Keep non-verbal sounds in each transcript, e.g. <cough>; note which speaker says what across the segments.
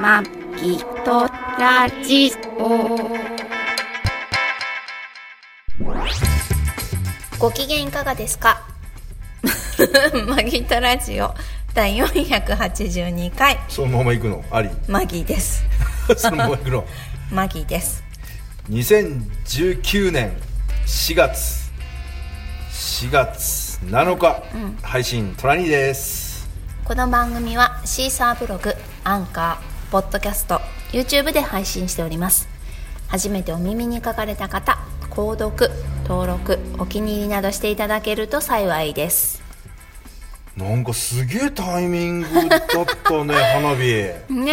Speaker 1: まきとラジオ
Speaker 2: ご機嫌いかがですか <laughs> マギトラジオ第482回
Speaker 3: そのまま行くのあり <laughs>
Speaker 2: マギです
Speaker 3: そのまま行くの
Speaker 2: マギです
Speaker 3: 2019年4月4月7日、配信トラニーです
Speaker 2: この番組はシーサーブログアンカーポッドキャスト YouTube で配信しております初めてお耳に書かれた方購読登録お気に入りなどしていただけると幸いです
Speaker 3: なんかすげえタイミングだった
Speaker 2: <laughs>
Speaker 3: ね花火
Speaker 2: ね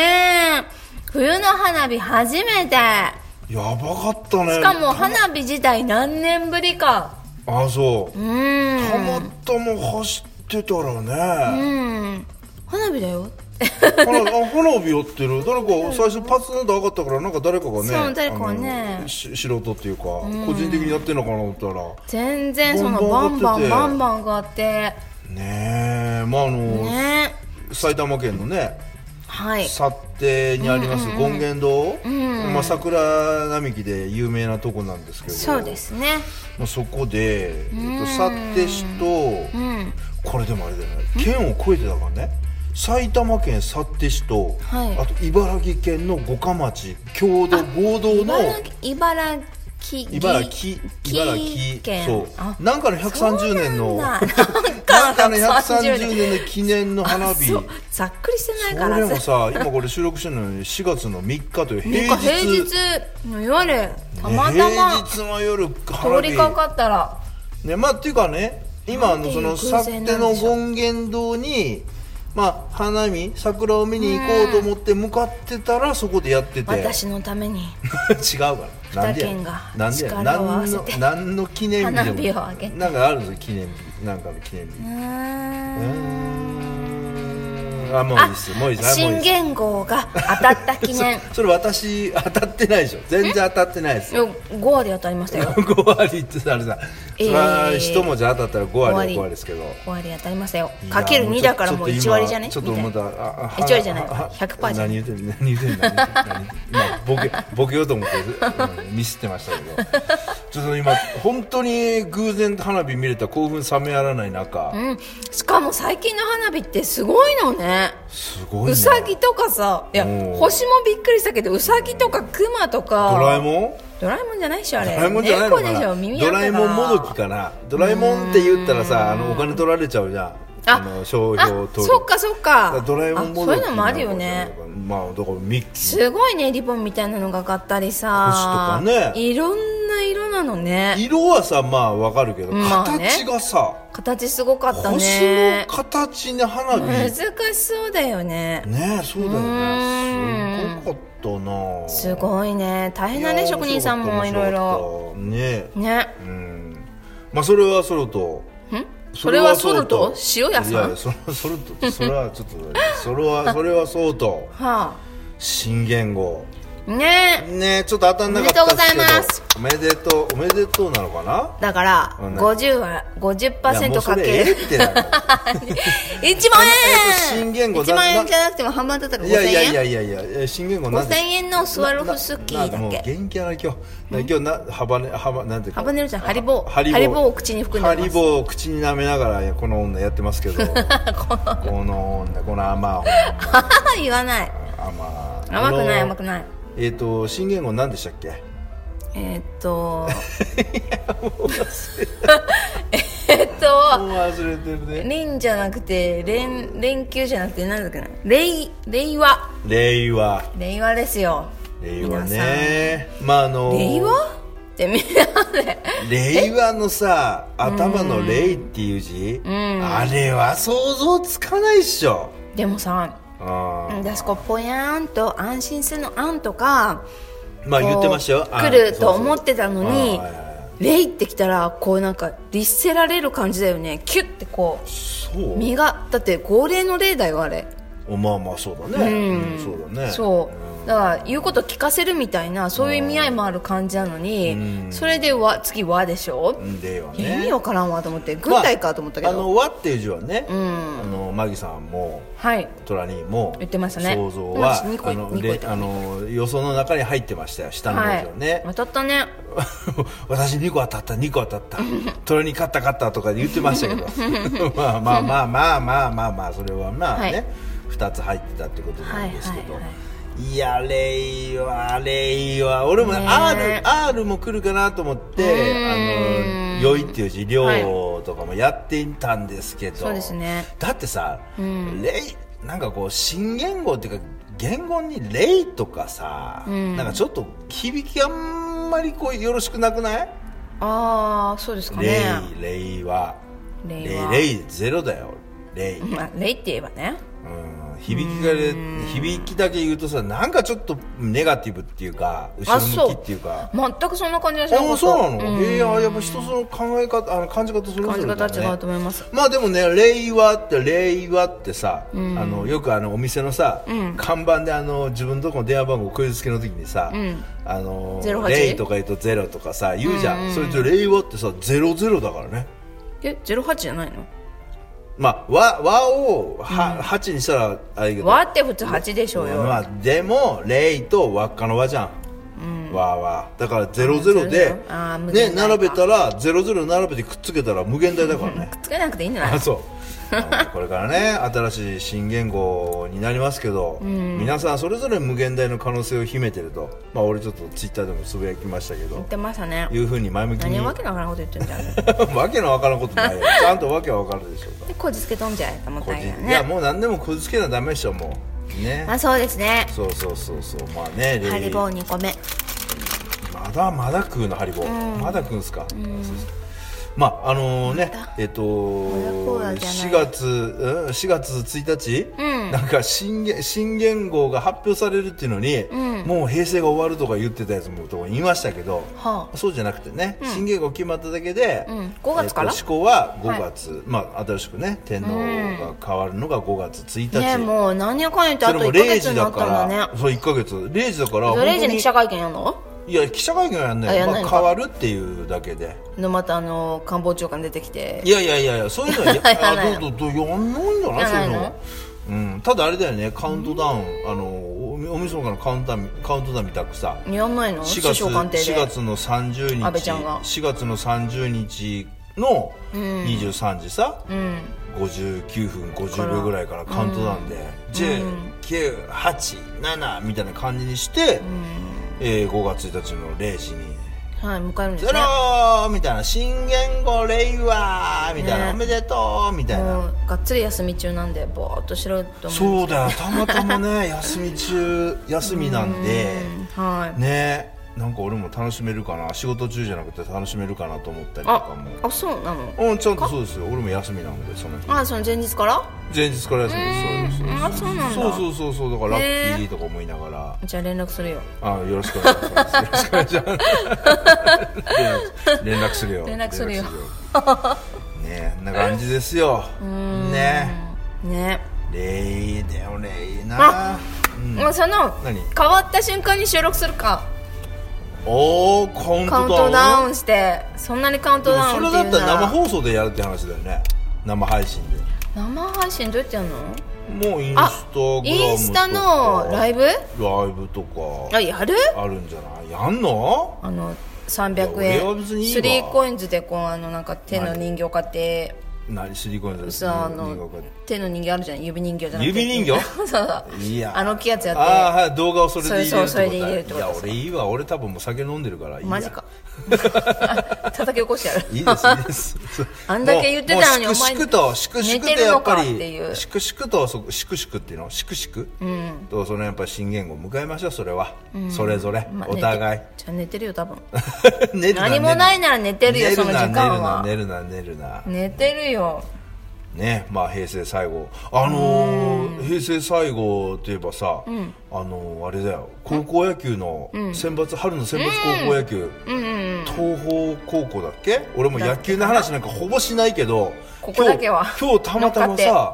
Speaker 2: え冬の花火初めて
Speaker 3: やばかったね
Speaker 2: しかも花火自体何年ぶりか
Speaker 3: あそうう
Speaker 2: ーん
Speaker 3: たまたま走ってたらね、
Speaker 2: うん花火だよ
Speaker 3: 花あ花火やってる誰か最初パツンと上がったからなんか誰かがね
Speaker 2: そう誰かがね
Speaker 3: あのし素人っていうか、個人的にやってんのかなと思った
Speaker 2: <laughs>
Speaker 3: ら
Speaker 2: 全然そのバ
Speaker 3: ボ
Speaker 2: ン
Speaker 3: ン
Speaker 2: バ
Speaker 3: バン
Speaker 2: ンバ
Speaker 3: 上
Speaker 2: ンバン上がって
Speaker 3: ねえまああの、
Speaker 2: ね
Speaker 3: 埼玉県のね
Speaker 2: はい
Speaker 3: 幸手にあります権現堂、まあ、桜並木で有名なとこなんですけど
Speaker 2: そうですね
Speaker 3: まあ、そこで、えっと、幸手市と、
Speaker 2: うん
Speaker 3: これでもあれだよね県を越えてだからね埼玉県幸手市と、
Speaker 2: はい
Speaker 3: あと茨城県の五霞町共同合同の
Speaker 2: 茨城茨城
Speaker 3: 茨城茨城
Speaker 2: 県あ
Speaker 3: そうなんかの130年の
Speaker 2: そうなんだ
Speaker 3: なんかの
Speaker 2: 130
Speaker 3: 130年の記念の花火
Speaker 2: そうざっくりしてない
Speaker 3: そ
Speaker 2: から
Speaker 3: れもさ今これ収録してるのに4月の3日という
Speaker 2: なんか
Speaker 3: 平日
Speaker 2: 平日の夜たまたま
Speaker 3: ね平日の夜花
Speaker 2: 通
Speaker 3: 火
Speaker 2: りかかったら
Speaker 3: ねまあっていうかね今あ
Speaker 2: なんて
Speaker 3: の
Speaker 2: いう
Speaker 3: その
Speaker 2: 偶
Speaker 3: 幸
Speaker 2: 然
Speaker 3: 手
Speaker 2: なん
Speaker 3: の
Speaker 2: でしょう
Speaker 3: 権現堂にまあ花見桜を見に行こうと思って向かってたらそこでやってて違 <laughs>
Speaker 2: 私のために
Speaker 3: うからなんでや
Speaker 2: 二県が
Speaker 3: なんでや
Speaker 2: 力を合わ
Speaker 3: 何
Speaker 2: せ
Speaker 3: の
Speaker 2: て
Speaker 3: 何の記念日でも
Speaker 2: 花火をあげて
Speaker 3: なんかあるぞ記念日なんかの記念日
Speaker 2: うーん
Speaker 3: うーんあもういいっすもういいっすあもう
Speaker 2: 新
Speaker 3: いいっす
Speaker 2: 元号が当たった記
Speaker 3: <laughs>
Speaker 2: 念
Speaker 3: そそれ私当たってないでしょ全然当たってないですよ
Speaker 2: 5話で当たりましたよ
Speaker 3: 5割ってあれさ、
Speaker 2: えー
Speaker 3: それは一文字当たったら5割は
Speaker 2: 五割
Speaker 3: 5割ですけど
Speaker 2: 5割当たりましたよ
Speaker 3: いや
Speaker 2: かける
Speaker 3: もう
Speaker 2: 2
Speaker 3: ちょ
Speaker 2: だからもう
Speaker 3: ちょっと
Speaker 2: 1
Speaker 3: 今
Speaker 2: 割じゃね
Speaker 3: ちょっと思ったああ
Speaker 2: 1割じゃない
Speaker 3: ああ
Speaker 2: 100%じゃな
Speaker 3: 何言ってんの何言ってんの何言ってんの何今ボケ <laughs> ボケようと思って、うんミスってましたけどちょっと今本当に偶然花火見れた興奮冷めやらない中、
Speaker 2: うん、しかも最近の花火ってすごいのね
Speaker 3: すごいね
Speaker 2: うさぎとかさいや
Speaker 3: おう
Speaker 2: 星もびっくりしたけどうさぎとかクマとか
Speaker 3: ドラえもん
Speaker 2: ドラえもんじゃないっしょあ
Speaker 3: ド
Speaker 2: れ
Speaker 3: ラえもんじゃないのか
Speaker 2: 猫でしょ
Speaker 3: な
Speaker 2: 耳あっ
Speaker 3: ド
Speaker 2: たか
Speaker 3: ラえもんもどきかなドラえもんって言ったらさあのお金取られちゃうじゃん
Speaker 2: あ
Speaker 3: の商標
Speaker 2: あ
Speaker 3: 登録
Speaker 2: そっかそっ
Speaker 3: だから
Speaker 2: か
Speaker 3: ドラえもんもど
Speaker 2: あ
Speaker 3: き
Speaker 2: そういうのもあるよね
Speaker 3: まあだからミッキー
Speaker 2: すごいねリボンみたいなのが買ったりさ
Speaker 3: 星とかね
Speaker 2: いろんな色なのね
Speaker 3: 色はさまあわかるけど
Speaker 2: まあね
Speaker 3: 形がさ
Speaker 2: 形すごかった
Speaker 3: 星
Speaker 2: ね
Speaker 3: の形に花
Speaker 2: 難
Speaker 3: 火
Speaker 2: しそうだよね
Speaker 3: ねそうだよ
Speaker 2: うん
Speaker 3: ねすごかったな
Speaker 2: すごいね大変だ
Speaker 3: い
Speaker 2: ね
Speaker 3: や
Speaker 2: 職人さんもいろいろ
Speaker 3: 面白かったね
Speaker 2: ね
Speaker 3: うんまあそれはソロと
Speaker 2: んそれはソルト塩屋
Speaker 3: いや
Speaker 2: さ
Speaker 3: い
Speaker 2: ん
Speaker 3: やそれソルトってそれはちょっとそ
Speaker 2: <laughs>
Speaker 3: れはそれはそうと
Speaker 2: は
Speaker 3: 新言語
Speaker 2: あね
Speaker 3: ねちょっと当たんなかったです
Speaker 2: おめでとう
Speaker 3: けど
Speaker 2: ございます
Speaker 3: おめでとうおめでとうなのかな
Speaker 2: だから
Speaker 3: うん
Speaker 2: 50は
Speaker 3: いやも
Speaker 2: 50%
Speaker 3: うそ
Speaker 2: か
Speaker 3: れえ
Speaker 2: け
Speaker 3: え
Speaker 2: る
Speaker 3: ってなる
Speaker 2: 1万
Speaker 3: えっと
Speaker 2: 円
Speaker 3: 新言語
Speaker 2: 1
Speaker 3: な
Speaker 2: 万円
Speaker 3: な
Speaker 2: じゃなくても半分だったら
Speaker 3: い
Speaker 2: 5000
Speaker 3: やいやいや
Speaker 2: 円
Speaker 3: いやいやえー新言語なん
Speaker 2: 5000
Speaker 3: で
Speaker 2: 円のスワロフスキー
Speaker 3: な
Speaker 2: だ
Speaker 3: もう
Speaker 2: け
Speaker 3: 元気やな今日な今日なハバネハバなんていうか
Speaker 2: ハバネロじゃんハリボー
Speaker 3: ハリボー
Speaker 2: ハリボーを口に含ん
Speaker 3: ハ
Speaker 2: でま
Speaker 3: リ
Speaker 2: す
Speaker 3: ボーを口に舐めながらこの女やってま
Speaker 2: <laughs>
Speaker 3: すけどこの女この甘
Speaker 2: 言わない
Speaker 3: 甘
Speaker 2: 甘くない
Speaker 3: あの
Speaker 2: 甘くない
Speaker 3: えっ、と新言語なんでしたっけ
Speaker 2: えーっ
Speaker 3: <laughs>
Speaker 2: とえーっと
Speaker 3: もう忘れてるね
Speaker 2: 連じゃなくて連連休じゃなくてなんだっけな令令和
Speaker 3: 令和
Speaker 2: 令和ですよ
Speaker 3: 令和ねまああの
Speaker 2: 令和ってみんなで
Speaker 3: 令和のさ頭の「令」っていう字あれは想像つかないっしょ
Speaker 2: でもさ
Speaker 3: あー
Speaker 2: 私こうぽやーんと安心するの「あん」とか
Speaker 3: まあ言ってましたよ
Speaker 2: こう
Speaker 3: あー
Speaker 2: 来る
Speaker 3: そう
Speaker 2: と
Speaker 3: そう
Speaker 2: 思ってたのに
Speaker 3: あーはいはいはい
Speaker 2: 「令」ってきたらこうなんか律せられる感じだよねキュッてこ
Speaker 3: そう
Speaker 2: う身がだって号令の「令」だよあれ
Speaker 3: おまあまあそうだね、うんそうだね
Speaker 2: そううだから言うこと聞かせるみたいなそういう意味合いもある感じなのに、
Speaker 3: うん
Speaker 2: それでわ次和でしょ、
Speaker 3: んでよ
Speaker 2: 意
Speaker 3: ね
Speaker 2: 味わからんわと思って軍隊かと思ったけ
Speaker 3: まああ
Speaker 2: ど、
Speaker 3: の和っていう字はね、
Speaker 2: ん
Speaker 3: あのマギさんも
Speaker 2: はい
Speaker 3: トラニーも
Speaker 2: 言ってましたね
Speaker 3: 想像は、
Speaker 2: うん私二個
Speaker 3: あの
Speaker 2: 二個
Speaker 3: れ
Speaker 2: 言った
Speaker 3: あの予想の中に入ってましたよ下の文字をね、
Speaker 2: 当たったね
Speaker 3: 私2個当たった2個当たったトラニー勝った勝ったとか言ってましたけ
Speaker 2: <laughs>
Speaker 3: どまあまあまあまあまあまあまあそれはまあね、
Speaker 2: はい
Speaker 3: 2つ入ってたってことなんですけど、
Speaker 2: はいいはいは
Speaker 3: やレイはレイは俺も
Speaker 2: ね
Speaker 3: R, R も来るかなと思って
Speaker 2: ーん
Speaker 3: あの良いっていう字量とかもやっていたんですけど、
Speaker 2: そうですね
Speaker 3: だってさ、レイなんかこう新言語っていうか言語に「レイ」とかさ、なんかちょっと響きあんまりこうよろしくなくない
Speaker 2: ああそうですか
Speaker 3: レ
Speaker 2: ね
Speaker 3: イレイは
Speaker 2: レイ
Speaker 3: レイ
Speaker 2: は
Speaker 3: レイゼロだよレイ、うん、
Speaker 2: まあ、レイって言えばね
Speaker 3: 響きがで響きだけ言うとさなんかちょっとネガティブっていうか後
Speaker 2: あ
Speaker 3: ろ
Speaker 2: そ
Speaker 3: 向
Speaker 2: う
Speaker 3: きっていうか
Speaker 2: 全くそんな感じがしなか
Speaker 3: あ
Speaker 2: った
Speaker 3: あそうなの、
Speaker 2: ん
Speaker 3: ええあやっぱ人その考え方あの感じ方それぞ
Speaker 2: 感
Speaker 3: れ
Speaker 2: じ
Speaker 3: だ、ね、
Speaker 2: 方は違うと思います
Speaker 3: まあでもね「令和」って「令和」ってさ、あのよくあのお店のさ、看板であの自分のとこの電話番号クイズ付けの時にさ「あの
Speaker 2: 08
Speaker 3: レイ」とか言うと「ゼロ」とかさ言うじゃん、それと「令和」ってさ「ゼロゼロ」だからね
Speaker 2: え08じゃないの
Speaker 3: まあ和和をは、8にしたらあれやけど
Speaker 2: 和って普通8でしょうよ、
Speaker 3: まあでも「レイ」と「輪っかの輪じゃん、わーわーだから「ゼロゼロで
Speaker 2: あー無
Speaker 3: ね
Speaker 2: 限大か
Speaker 3: 並べたら「ゼロゼロ並べてくっつけたら無限大だからね
Speaker 2: つけなくていいんじゃない
Speaker 3: あそう <laughs> あのこれからね新しい新言語になりますけど、皆さんそれぞれ無限大の可能性を秘めてると、まあ、俺ちょっとツイッターでもつぶやきましたけ
Speaker 2: 言
Speaker 3: ど
Speaker 2: ってましたね
Speaker 3: いうふうに前向きに
Speaker 2: 何わけのわからんこと言ってんじゃん
Speaker 3: <laughs> わけのわからんことないよちゃんとわけはわかるでしょうか
Speaker 2: でこじつけとんじゃいと思っ
Speaker 3: こ
Speaker 2: たん
Speaker 3: じ
Speaker 2: や
Speaker 3: いや
Speaker 2: ね
Speaker 3: もう何でもこじつけなダメでしょもうね
Speaker 2: まあそうですね
Speaker 3: そうそうそうそうまあねレ
Speaker 2: ハ
Speaker 3: イ
Speaker 2: リボー2個目
Speaker 3: まだまだ食うのハリボー、まだ食うんすか、そうそうまああのねえっと
Speaker 2: まだコーラじゃない
Speaker 3: 4月うん4月1日、
Speaker 2: うん
Speaker 3: なんか新言新元号が発表されるっていうのに、
Speaker 2: ん
Speaker 3: もう平成が終わるとか言ってたやつもと言いましたけど、
Speaker 2: はあ
Speaker 3: そうじゃなくてね、新元号決まっただけで、
Speaker 2: うん5月から
Speaker 3: えっと施行は5月、まあ新しくね天皇が変わるのが5月1日、
Speaker 2: ねもう何やかんやってあ
Speaker 3: そ
Speaker 2: と
Speaker 3: れも
Speaker 2: 1ヶ
Speaker 3: 0
Speaker 2: 月
Speaker 3: 時
Speaker 2: にな
Speaker 3: だ
Speaker 2: っ
Speaker 3: か
Speaker 2: たんだ
Speaker 3: ら
Speaker 2: ね
Speaker 3: そう1か月0時だから
Speaker 2: 0時に記者
Speaker 3: 本
Speaker 2: 会見やんの
Speaker 3: 当にいや記者会見はやんな
Speaker 2: あ
Speaker 3: い
Speaker 2: やん
Speaker 3: よ、ま
Speaker 2: ない
Speaker 3: あ、
Speaker 2: の
Speaker 3: 変わるっていうだけで
Speaker 2: でまたあの官房長官出てきて
Speaker 3: いやいやいやいやそういうのはや
Speaker 2: <laughs> やんないの
Speaker 3: あどうどうどうやんないんじゃない
Speaker 2: やん
Speaker 3: そう
Speaker 2: ないいうの
Speaker 3: の、うん、ただあれだよねカウントダウン、あのおみおみそかのカウンターカウントダウンみたくさ
Speaker 2: やんないの
Speaker 3: 4
Speaker 2: 師
Speaker 3: 月
Speaker 2: 匠官邸
Speaker 3: 4
Speaker 2: で
Speaker 3: 月の30日
Speaker 2: 安倍ちゃんが
Speaker 3: 4月の30日の23時さ、
Speaker 2: うん
Speaker 3: 59分50秒ぐらいからカウントダウンで、10987みたいな感じにして、えー5月1日の0時に
Speaker 2: はい迎えるん
Speaker 3: 「
Speaker 2: で
Speaker 3: ゼ
Speaker 2: す
Speaker 3: ロ
Speaker 2: ね
Speaker 3: ー!」みたいな「新言語令和!」みたいな「
Speaker 2: ね
Speaker 3: おめでとう!」みたいな、
Speaker 2: もうがっつり休み中なんでぼーっとしろと思
Speaker 3: そうだよたまたまね <laughs> 休み中休みなんで
Speaker 2: うんはい
Speaker 3: ねなんか俺も楽しめるかな仕事中じゃなくて楽しめるかなと思ったりとか
Speaker 2: あ
Speaker 3: も
Speaker 2: あそうなの
Speaker 3: うんちゃんとそうですよ俺も休みなのでその日
Speaker 2: あその前日から
Speaker 3: 前日から休みですそうです
Speaker 2: あそうなんだ
Speaker 3: そうそうそうそうだからラ
Speaker 2: へー
Speaker 3: ッキーとか思いながら、
Speaker 2: じゃあ連絡するよ
Speaker 3: あよろしくお願いしますよろしくお願いします <laughs> 連絡連絡するよ
Speaker 2: 連絡するよ
Speaker 3: 連絡するよねえんな感じですよね
Speaker 2: ね
Speaker 3: えレイだよレイなうん
Speaker 2: もうその
Speaker 3: 何
Speaker 2: 変わった瞬間に収録するか
Speaker 3: おおカウント
Speaker 2: カウン
Speaker 3: ダウン
Speaker 2: トダウンしてそんなにカウント
Speaker 3: でも
Speaker 2: ダウン
Speaker 3: そ
Speaker 2: って
Speaker 3: れだ
Speaker 2: い
Speaker 3: っ
Speaker 2: うな
Speaker 3: たら
Speaker 2: ら
Speaker 3: 生放送でやるって話だよね生配信で
Speaker 2: 生配信どうやってやるの
Speaker 3: もうインスタ
Speaker 2: あ
Speaker 3: グラムとか
Speaker 2: インスタのライブ
Speaker 3: ライブとか
Speaker 2: あやる
Speaker 3: あるんじゃないやんの
Speaker 2: あの
Speaker 3: いや
Speaker 2: 300
Speaker 3: 俺は別にいいわ
Speaker 2: 円 3COINS でこうあのなんか手の人形買って
Speaker 3: 何シリコンで
Speaker 2: さあの手の人形あるじゃん指人形じゃなくて
Speaker 3: 指人
Speaker 2: <laughs>
Speaker 3: 形
Speaker 2: そうそう
Speaker 3: いや
Speaker 2: あの大きいやつやって
Speaker 3: ああはい動画をそれで入れるってこと
Speaker 2: それそうそれで入れるってこと
Speaker 3: いや俺いいわ俺多分もう酒飲んでるからいいや
Speaker 2: マジか <laughs> 叩き起こしてやる
Speaker 3: いいですいいです
Speaker 2: <laughs> あんだけ言ってたのに
Speaker 3: もうも
Speaker 2: お
Speaker 3: う
Speaker 2: 前
Speaker 3: 粛々と粛々
Speaker 2: 寝
Speaker 3: と
Speaker 2: てる
Speaker 3: や
Speaker 2: の
Speaker 3: っぱ
Speaker 2: かっていう
Speaker 3: り粛々とそこ粛々っていうの粛々とそのやっぱり新言語を迎えましょうそれはそれぞれ
Speaker 2: まあ
Speaker 3: お互い
Speaker 2: 寝てじゃあ寝てるよ
Speaker 3: <laughs>
Speaker 2: 多分
Speaker 3: 寝る
Speaker 2: 何もないなら寝てるよ
Speaker 3: 寝
Speaker 2: その時間は
Speaker 3: 寝るな寝るな寝るな
Speaker 2: 寝てるよ
Speaker 3: ねまあ平成最後あのー平成最後といえばさ、あのーあれだよ高校野球の選抜、春の選抜高校野球、東邦高校だっけ俺も野球の話なんかほぼしないけど
Speaker 2: ここだけは
Speaker 3: 今日今日たまたま
Speaker 2: 乗っ
Speaker 3: さ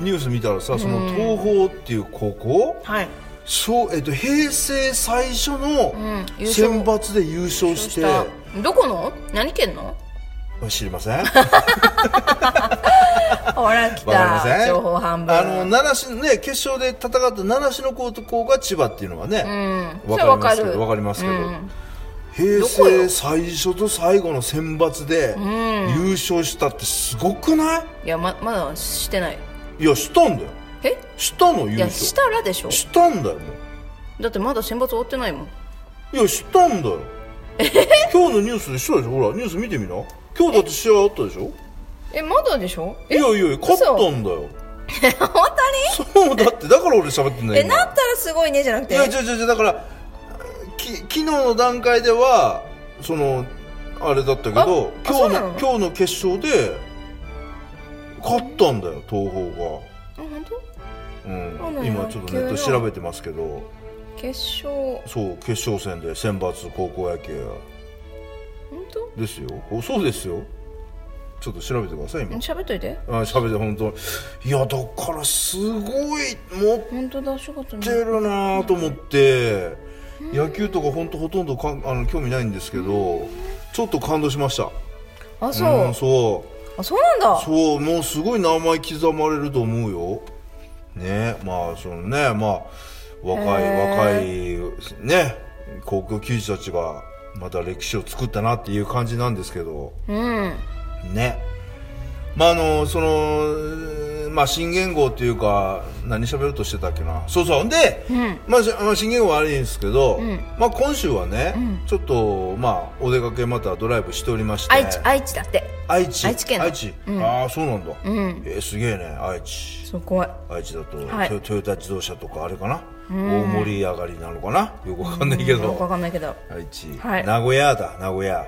Speaker 3: ニュース見たらさその東邦っていう高校
Speaker 2: はい
Speaker 3: そうえっと、平成最初の
Speaker 2: ん優勝
Speaker 3: 選抜で優勝して、
Speaker 2: どこの何県の
Speaker 3: 知りませんわ
Speaker 2: ほら来
Speaker 3: かりませ
Speaker 2: た
Speaker 3: ん
Speaker 2: 情報販売
Speaker 3: あの奈良市ね決勝で戦った奈良市の高校が千葉っていうのはね、
Speaker 2: うん
Speaker 3: わかりますけ
Speaker 2: それ
Speaker 3: ど
Speaker 2: わか
Speaker 3: わか
Speaker 2: る
Speaker 3: りますけど、
Speaker 2: うん
Speaker 3: 平
Speaker 2: どこよ
Speaker 3: 成最初と最後の選抜で優勝したってすごくない
Speaker 2: やままだしてない
Speaker 3: いいやしたんだよ
Speaker 2: え
Speaker 3: したの優
Speaker 2: いや
Speaker 3: 勝
Speaker 2: したらでしょ
Speaker 3: したんだよも
Speaker 2: だってまだ選抜終わってないもん
Speaker 3: ういやしたんだよ今日のニュースでしたでしょほらニュース見てみな今日だって試合あったでしょ
Speaker 2: えまだでしょ
Speaker 3: い
Speaker 2: え
Speaker 3: やいや勝ったんだよ
Speaker 2: 本当に
Speaker 3: そうだってだから俺喋ってんだよ
Speaker 2: え
Speaker 3: 今
Speaker 2: なったらすごいねじゃなく
Speaker 3: い
Speaker 2: て
Speaker 3: や違う違う違うだからき昨日の段階ではそのあれだったけど
Speaker 2: ああそ
Speaker 3: 今
Speaker 2: う
Speaker 3: 日
Speaker 2: な
Speaker 3: の
Speaker 2: の
Speaker 3: 今日の決勝で勝ったんだよ東邦
Speaker 2: あ本当
Speaker 3: が、
Speaker 2: そう
Speaker 3: う
Speaker 2: なん
Speaker 3: ん、
Speaker 2: だ
Speaker 3: 今ちょっとネット調べてますけど
Speaker 2: 決勝本
Speaker 3: そう決勝戦で選抜高校野球
Speaker 2: 当
Speaker 3: ですよおそうですよちょっと調べてください今
Speaker 2: 喋っといて
Speaker 3: あ喋って本当いやだからすごい持っ
Speaker 2: 本当だ仕事に
Speaker 3: てるなと思って、野球とか本当ほとんどかんあの興味ないんですけど、ちょっと感動しました
Speaker 2: あそう、
Speaker 3: ん、そ
Speaker 2: あそうなん
Speaker 3: う
Speaker 2: だ
Speaker 3: そうもうすごい名前刻まれると思うよねまあそのねまあ若い若いね高校球児たちがまた歴史を作ったなっていう感じなんですけど
Speaker 2: うん
Speaker 3: ねまああのそのまあ新元号っていうか何喋ろうとしてたっけなそうそうで、まあしまあ、新元号はあれですけど、まあ今週はね、ちょっとまあお出かけまたドライブしておりまして
Speaker 2: 愛知愛知だって
Speaker 3: 愛知
Speaker 2: 愛知県の
Speaker 3: 愛知、ああそうなんだ、えーすげえね愛知
Speaker 2: すごい
Speaker 3: 愛知だと、
Speaker 2: はい
Speaker 3: トヨトヨタ自動車とかあれかな、大盛り上がりなのかなよくわかんないけ
Speaker 2: よくわ
Speaker 3: ど、
Speaker 2: かんないけど
Speaker 3: 愛知、
Speaker 2: はい
Speaker 3: 名古屋だ名古屋、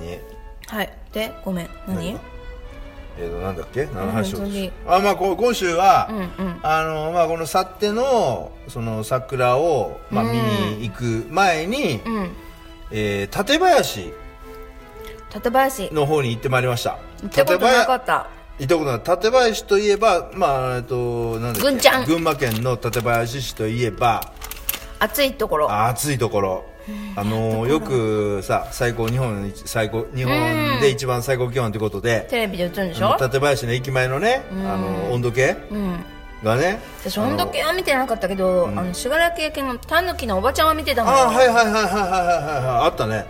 Speaker 3: ね
Speaker 2: はいでごめん何
Speaker 3: 何えー、となんだっけ何の話を
Speaker 2: うん次
Speaker 3: あまあこ今週は、
Speaker 2: うんうん
Speaker 3: あのまあこの去ってのその桜をまあ見に行く前に、
Speaker 2: うん
Speaker 3: えー館林
Speaker 2: 館林行
Speaker 3: の方に行ってまいりました。
Speaker 2: ったことなかった
Speaker 3: 行ったことない館林といえばまあえっとなんだっけ
Speaker 2: 郡ちゃん
Speaker 3: 群馬県の館林市といえば
Speaker 2: 暑いところ
Speaker 3: 暑いところあのよくさ最高日本一最高日本で一番最高気温ということで
Speaker 2: テレビで映るんでし
Speaker 3: あ
Speaker 2: ょ
Speaker 3: の館林の駅前のねあの温度計
Speaker 2: うん
Speaker 3: がね
Speaker 2: 私温度計は見てなかったけど、あの信楽系のタヌキのおばちゃんは見てた
Speaker 3: ああ
Speaker 2: の
Speaker 3: は
Speaker 2: よ
Speaker 3: いはいはいはいはいはいはいあったね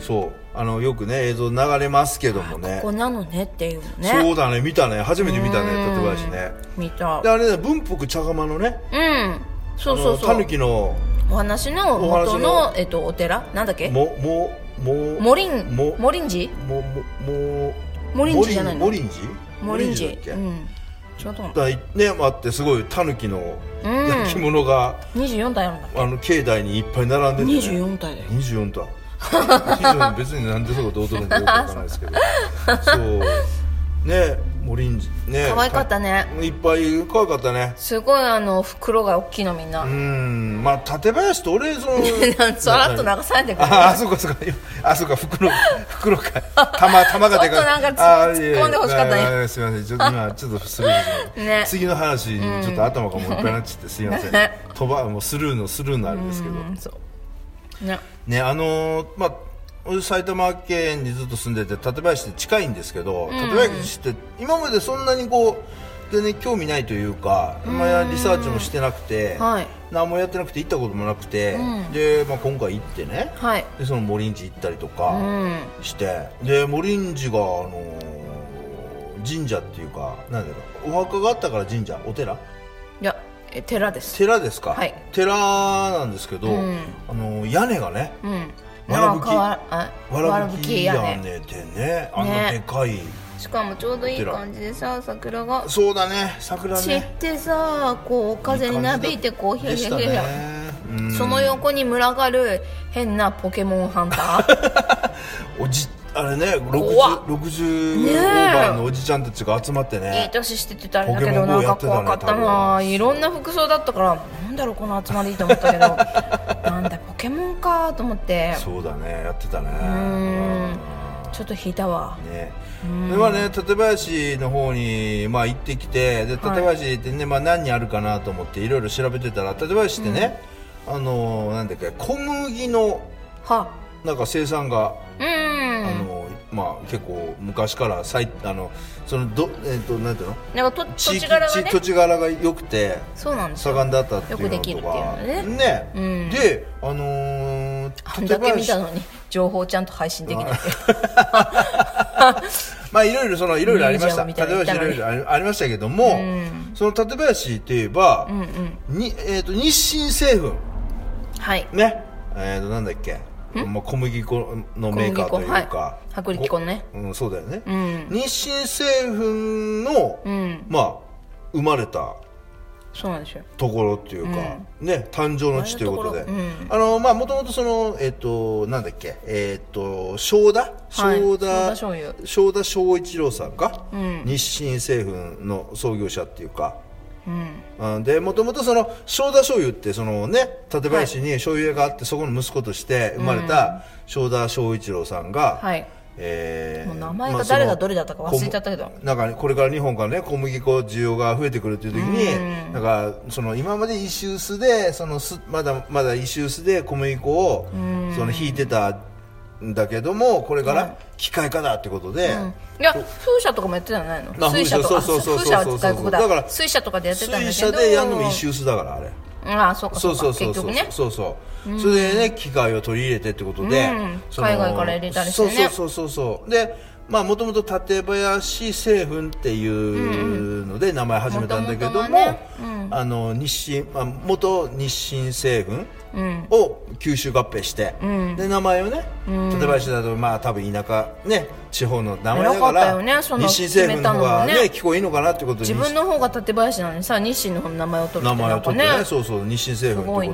Speaker 3: そうあのよくね映像流れますけどもね
Speaker 2: ここなのねっていうの
Speaker 3: そ
Speaker 2: ね
Speaker 3: うだね見たね初めて見たね館林ね
Speaker 2: 見た
Speaker 3: であれね文福茶釜のね
Speaker 2: うんそうそうそ
Speaker 3: タヌ
Speaker 2: う
Speaker 3: キの
Speaker 2: お話の元
Speaker 3: お
Speaker 2: の
Speaker 3: 話の
Speaker 2: えっとお寺なんだっけ
Speaker 3: ももも
Speaker 2: モリン
Speaker 3: も
Speaker 2: モリン寺
Speaker 3: ももも
Speaker 2: モリンジじゃないの
Speaker 3: モリンジ
Speaker 2: モリン寺
Speaker 3: だっけ、
Speaker 2: うんちょっと
Speaker 3: だいねあってすごいタヌキの
Speaker 2: うん
Speaker 3: 焼き物が、
Speaker 2: 24体あるんだ
Speaker 3: あの境内にいっぱい並んでて、ね、
Speaker 2: 24体だよ
Speaker 3: 24体24別になんでそこどうとるのかよくわかんないですけどそうねモリンジね
Speaker 2: 可愛かったね
Speaker 3: いっぱい可愛かったね
Speaker 2: すごいあの袋が大きいのみんな、 <laughs>
Speaker 3: うんまあ館林と俺その
Speaker 2: さらっと流されてくる
Speaker 3: ああそうかそうかあそうか袋袋か玉玉がでかい
Speaker 2: ちょっとなんかつ
Speaker 3: あー
Speaker 2: 突っ込んで欲しかったね
Speaker 3: いやいやいやすみませんちょっと今ちょっとスルーしてしまう
Speaker 2: ね
Speaker 3: 次の話にちょっと頭がもういっぱいになっちゃってすみません
Speaker 2: <laughs>
Speaker 3: 飛ばもうスルーのスルーのあれですけど
Speaker 2: うんそうね
Speaker 3: ねあのーまあ俺埼玉県にずっと住んでて館林って近いんですけど館林って今までそんなにこう全然興味ないというか、まあ、リサーチもしてなくて、
Speaker 2: はい
Speaker 3: 何もやってなくて行ったこともなくて、で、まあ、今回行ってね、
Speaker 2: はい
Speaker 3: でその森んち行ったりと
Speaker 2: う
Speaker 3: か
Speaker 2: ん
Speaker 3: して、で森んちが、あのー神社っていうかなんだろうお墓があったから神社お寺
Speaker 2: いやえ寺です
Speaker 3: 寺ですか、
Speaker 2: はい
Speaker 3: 寺なんですけど、
Speaker 2: ん
Speaker 3: あのー屋根がね
Speaker 2: うん
Speaker 3: わらぶき
Speaker 2: なんかわらあわ
Speaker 3: わ
Speaker 2: ら
Speaker 3: ら
Speaker 2: ぶ
Speaker 3: ぶ
Speaker 2: き
Speaker 3: き
Speaker 2: や
Speaker 3: 屋
Speaker 2: ね
Speaker 3: 根でねあのでかい、
Speaker 2: しかもちょうどいい感じでさ桜が
Speaker 3: そうだね桜
Speaker 2: 散っ
Speaker 3: ね
Speaker 2: てさこう風になびいてこうヒャ
Speaker 3: で
Speaker 2: ヒ
Speaker 3: し
Speaker 2: ャ
Speaker 3: た
Speaker 2: ヒャヒャ
Speaker 3: ねうん
Speaker 2: その横に群がる変なポケモンハンター
Speaker 3: おじあれね
Speaker 2: 怖っ
Speaker 3: 60,
Speaker 2: ね
Speaker 3: 60オ
Speaker 2: え
Speaker 3: ーバーのおじちゃんたちが集まって
Speaker 2: いい
Speaker 3: ね
Speaker 2: 年してって言ったらあれだけど
Speaker 3: ポケ
Speaker 2: な
Speaker 3: モ
Speaker 2: ん
Speaker 3: ン GO
Speaker 2: か怖かった
Speaker 3: やってた
Speaker 2: な
Speaker 3: ね
Speaker 2: いろんな服装だったからなんだろうこの集まりと思ったけどなんだポケモンかと思って
Speaker 3: そうだねやってたね
Speaker 2: うんちょっと引いたわ
Speaker 3: ねでまあね、館林の方に、まあ、行ってきてで館林って、ねまあ、何にあるかなと思っていろいろ調べてたら館林ってね、あのなんだっけ小麦の
Speaker 2: は
Speaker 3: なんか生産が、
Speaker 2: う
Speaker 3: あ
Speaker 2: ん
Speaker 3: のまあ、結構昔から最あのそのど、えっとなんていうの
Speaker 2: なんかと土
Speaker 3: 地
Speaker 2: 地
Speaker 3: 域
Speaker 2: 柄がね
Speaker 3: 地土地柄が良くて
Speaker 2: そうなんですよ
Speaker 3: 盛んだったっていうのと
Speaker 2: よくできるっていうの
Speaker 3: か
Speaker 2: ねうん
Speaker 3: であのー、
Speaker 2: あんだけ見た
Speaker 3: 館
Speaker 2: のに情報ちゃんと配信できなくて
Speaker 3: 林まあいろいろそのいろいろありました
Speaker 2: ミュージア
Speaker 3: 館
Speaker 2: ムみ
Speaker 3: 林
Speaker 2: たいな
Speaker 3: い
Speaker 2: の行っ
Speaker 3: ろいろありありましたけども、
Speaker 2: ん
Speaker 3: その館林といえば、
Speaker 2: うんうん
Speaker 3: にえー、と日清製粉
Speaker 2: はい
Speaker 3: ねえー、となんだっけまあ、小麦粉のメーカーという
Speaker 2: 小
Speaker 3: か
Speaker 2: 麦粉はい薄力粉ね
Speaker 3: ごうん、そうだよね、
Speaker 2: うん
Speaker 3: 日清製粉の、
Speaker 2: うん
Speaker 3: まあ生まれた
Speaker 2: そうなんですよ
Speaker 3: ところっていうか、ね誕生の地ということで、
Speaker 2: 生まれたと
Speaker 3: あのまあもともとそのえっ、となんだっけえっ、と正田
Speaker 2: はい
Speaker 3: 正
Speaker 2: 正
Speaker 3: 田、
Speaker 2: 田醤油
Speaker 3: 正田正一郎さんが、
Speaker 2: うん
Speaker 3: 日清製粉の創業者っていうか。
Speaker 2: うん
Speaker 3: うん、でもともとその正田醤油ってそのね館林に醤油屋があって、そこの息子として生まれた正田正一郎さんが、
Speaker 2: はい
Speaker 3: えー
Speaker 2: もう名前
Speaker 3: ま
Speaker 2: が
Speaker 3: あその
Speaker 2: 誰がどれだったか忘れちゃったけど
Speaker 3: こなんかねこれから日本からね小麦粉需要が増えてくるっていう時になんかその今まで石臼でそのすまだまだ石臼で小麦粉をそのひいてたんだけどもこれから機械化だってことで、
Speaker 2: いや風車とかもやってたんじゃないの
Speaker 3: あ
Speaker 2: 水車と
Speaker 3: 風
Speaker 2: か
Speaker 3: 車そうそうそう
Speaker 2: 風車は外国だ
Speaker 3: だから
Speaker 2: 水車とかでやってたんだけど
Speaker 3: 水車でやるのも石臼だからあれ。
Speaker 2: ああそうか
Speaker 3: そ
Speaker 2: そうう
Speaker 3: そ
Speaker 2: か
Speaker 3: うそう
Speaker 2: 結
Speaker 3: そう、
Speaker 2: 局ね
Speaker 3: そうそうそれでね機械を取り入れてってことで、
Speaker 2: うん
Speaker 3: その
Speaker 2: 海外から入れたりしてね
Speaker 3: そうそうそうそうでまあもともと館林製粉っていうので名前始めたんだけ
Speaker 2: 元
Speaker 3: ども、
Speaker 2: 々はね
Speaker 3: あの日清、まあ、元日清製粉
Speaker 2: うん
Speaker 3: を吸収合併して、
Speaker 2: ん
Speaker 3: で名前をね、館林だとまあ多分田舎ね地方の名前だか
Speaker 2: 偉かった
Speaker 3: ら
Speaker 2: よねその
Speaker 3: 日清製粉の
Speaker 2: 決
Speaker 3: 方がね
Speaker 2: めたのもね
Speaker 3: 聞こえいいのかなってことで
Speaker 2: 自分の方が館林なのにさ日清の方の名前を取る
Speaker 3: 名
Speaker 2: って
Speaker 3: 前
Speaker 2: な
Speaker 3: を
Speaker 2: んか
Speaker 3: 取ってね
Speaker 2: ね
Speaker 3: そうそう日清製粉ってことで、
Speaker 2: す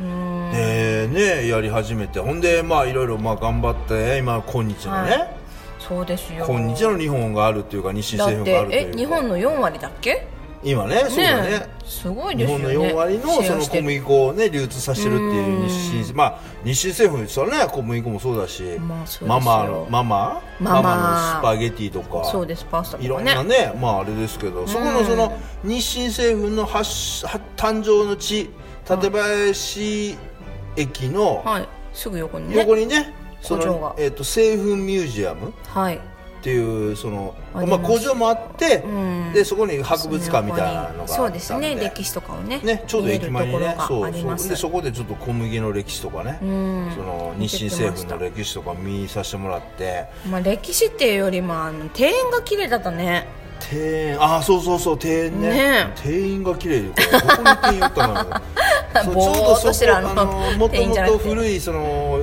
Speaker 2: ごいね
Speaker 3: でねやり始めてほんでまあいろいろまあ頑張って今今日のね、
Speaker 2: はいそうですよ
Speaker 3: 今日の日本があるっていうか日清
Speaker 2: だ
Speaker 3: 製
Speaker 2: っ
Speaker 3: 粉が
Speaker 2: て
Speaker 3: あるというか
Speaker 2: え日本の4割だっけ
Speaker 3: 今ねそうだね
Speaker 2: すごい
Speaker 3: 日
Speaker 2: ですよ
Speaker 3: 本
Speaker 2: ね
Speaker 3: の4割の
Speaker 2: シ
Speaker 3: そ
Speaker 2: ェ
Speaker 3: の
Speaker 2: アして
Speaker 3: 小
Speaker 2: る
Speaker 3: 麦粉をね流通させてるっていう日清まあ日清製粉言ってたらね小麦粉もそうだし、
Speaker 2: まあそうですよ
Speaker 3: ママのママ
Speaker 2: ママ
Speaker 3: のスパゲティとか
Speaker 2: そうですパスタ
Speaker 3: い
Speaker 2: と
Speaker 3: ろ
Speaker 2: か
Speaker 3: ん
Speaker 2: ね
Speaker 3: なね、まああれですけど、そこのその日清製粉の発し発誕生の地、館林駅の
Speaker 2: はいすぐ横にね
Speaker 3: 横にね、そ
Speaker 2: 工場が
Speaker 3: のえっ、と製粉ミュージアムっ
Speaker 2: はい
Speaker 3: ていうその
Speaker 2: あり
Speaker 3: ま
Speaker 2: ま
Speaker 3: あ
Speaker 2: す
Speaker 3: 工場もあって、
Speaker 2: ん
Speaker 3: でそこに博物館みたいなのがあったんで、
Speaker 2: そうですね歴史とかをね
Speaker 3: ね、ちょうど駅前に
Speaker 2: 見れ
Speaker 3: ね
Speaker 2: るところ
Speaker 3: そ
Speaker 2: があ
Speaker 3: う
Speaker 2: り
Speaker 3: そ
Speaker 2: ま
Speaker 3: う
Speaker 2: す
Speaker 3: でそこでちょっと小麦の歴史とかね、
Speaker 2: ん
Speaker 3: その日清製粉の歴史とか見させてもらって
Speaker 2: まあ、歴史っていうよりもあの庭園が綺麗だったね
Speaker 3: 庭園ああそうそうそう庭園ね
Speaker 2: ね
Speaker 3: 庭園が綺麗でこれどこに庭園あったの
Speaker 2: <laughs>
Speaker 3: かなそう
Speaker 2: ぼーっとしてるあの庭
Speaker 3: もと
Speaker 2: 園
Speaker 3: も
Speaker 2: じゃなく
Speaker 3: と
Speaker 2: て
Speaker 3: 古いその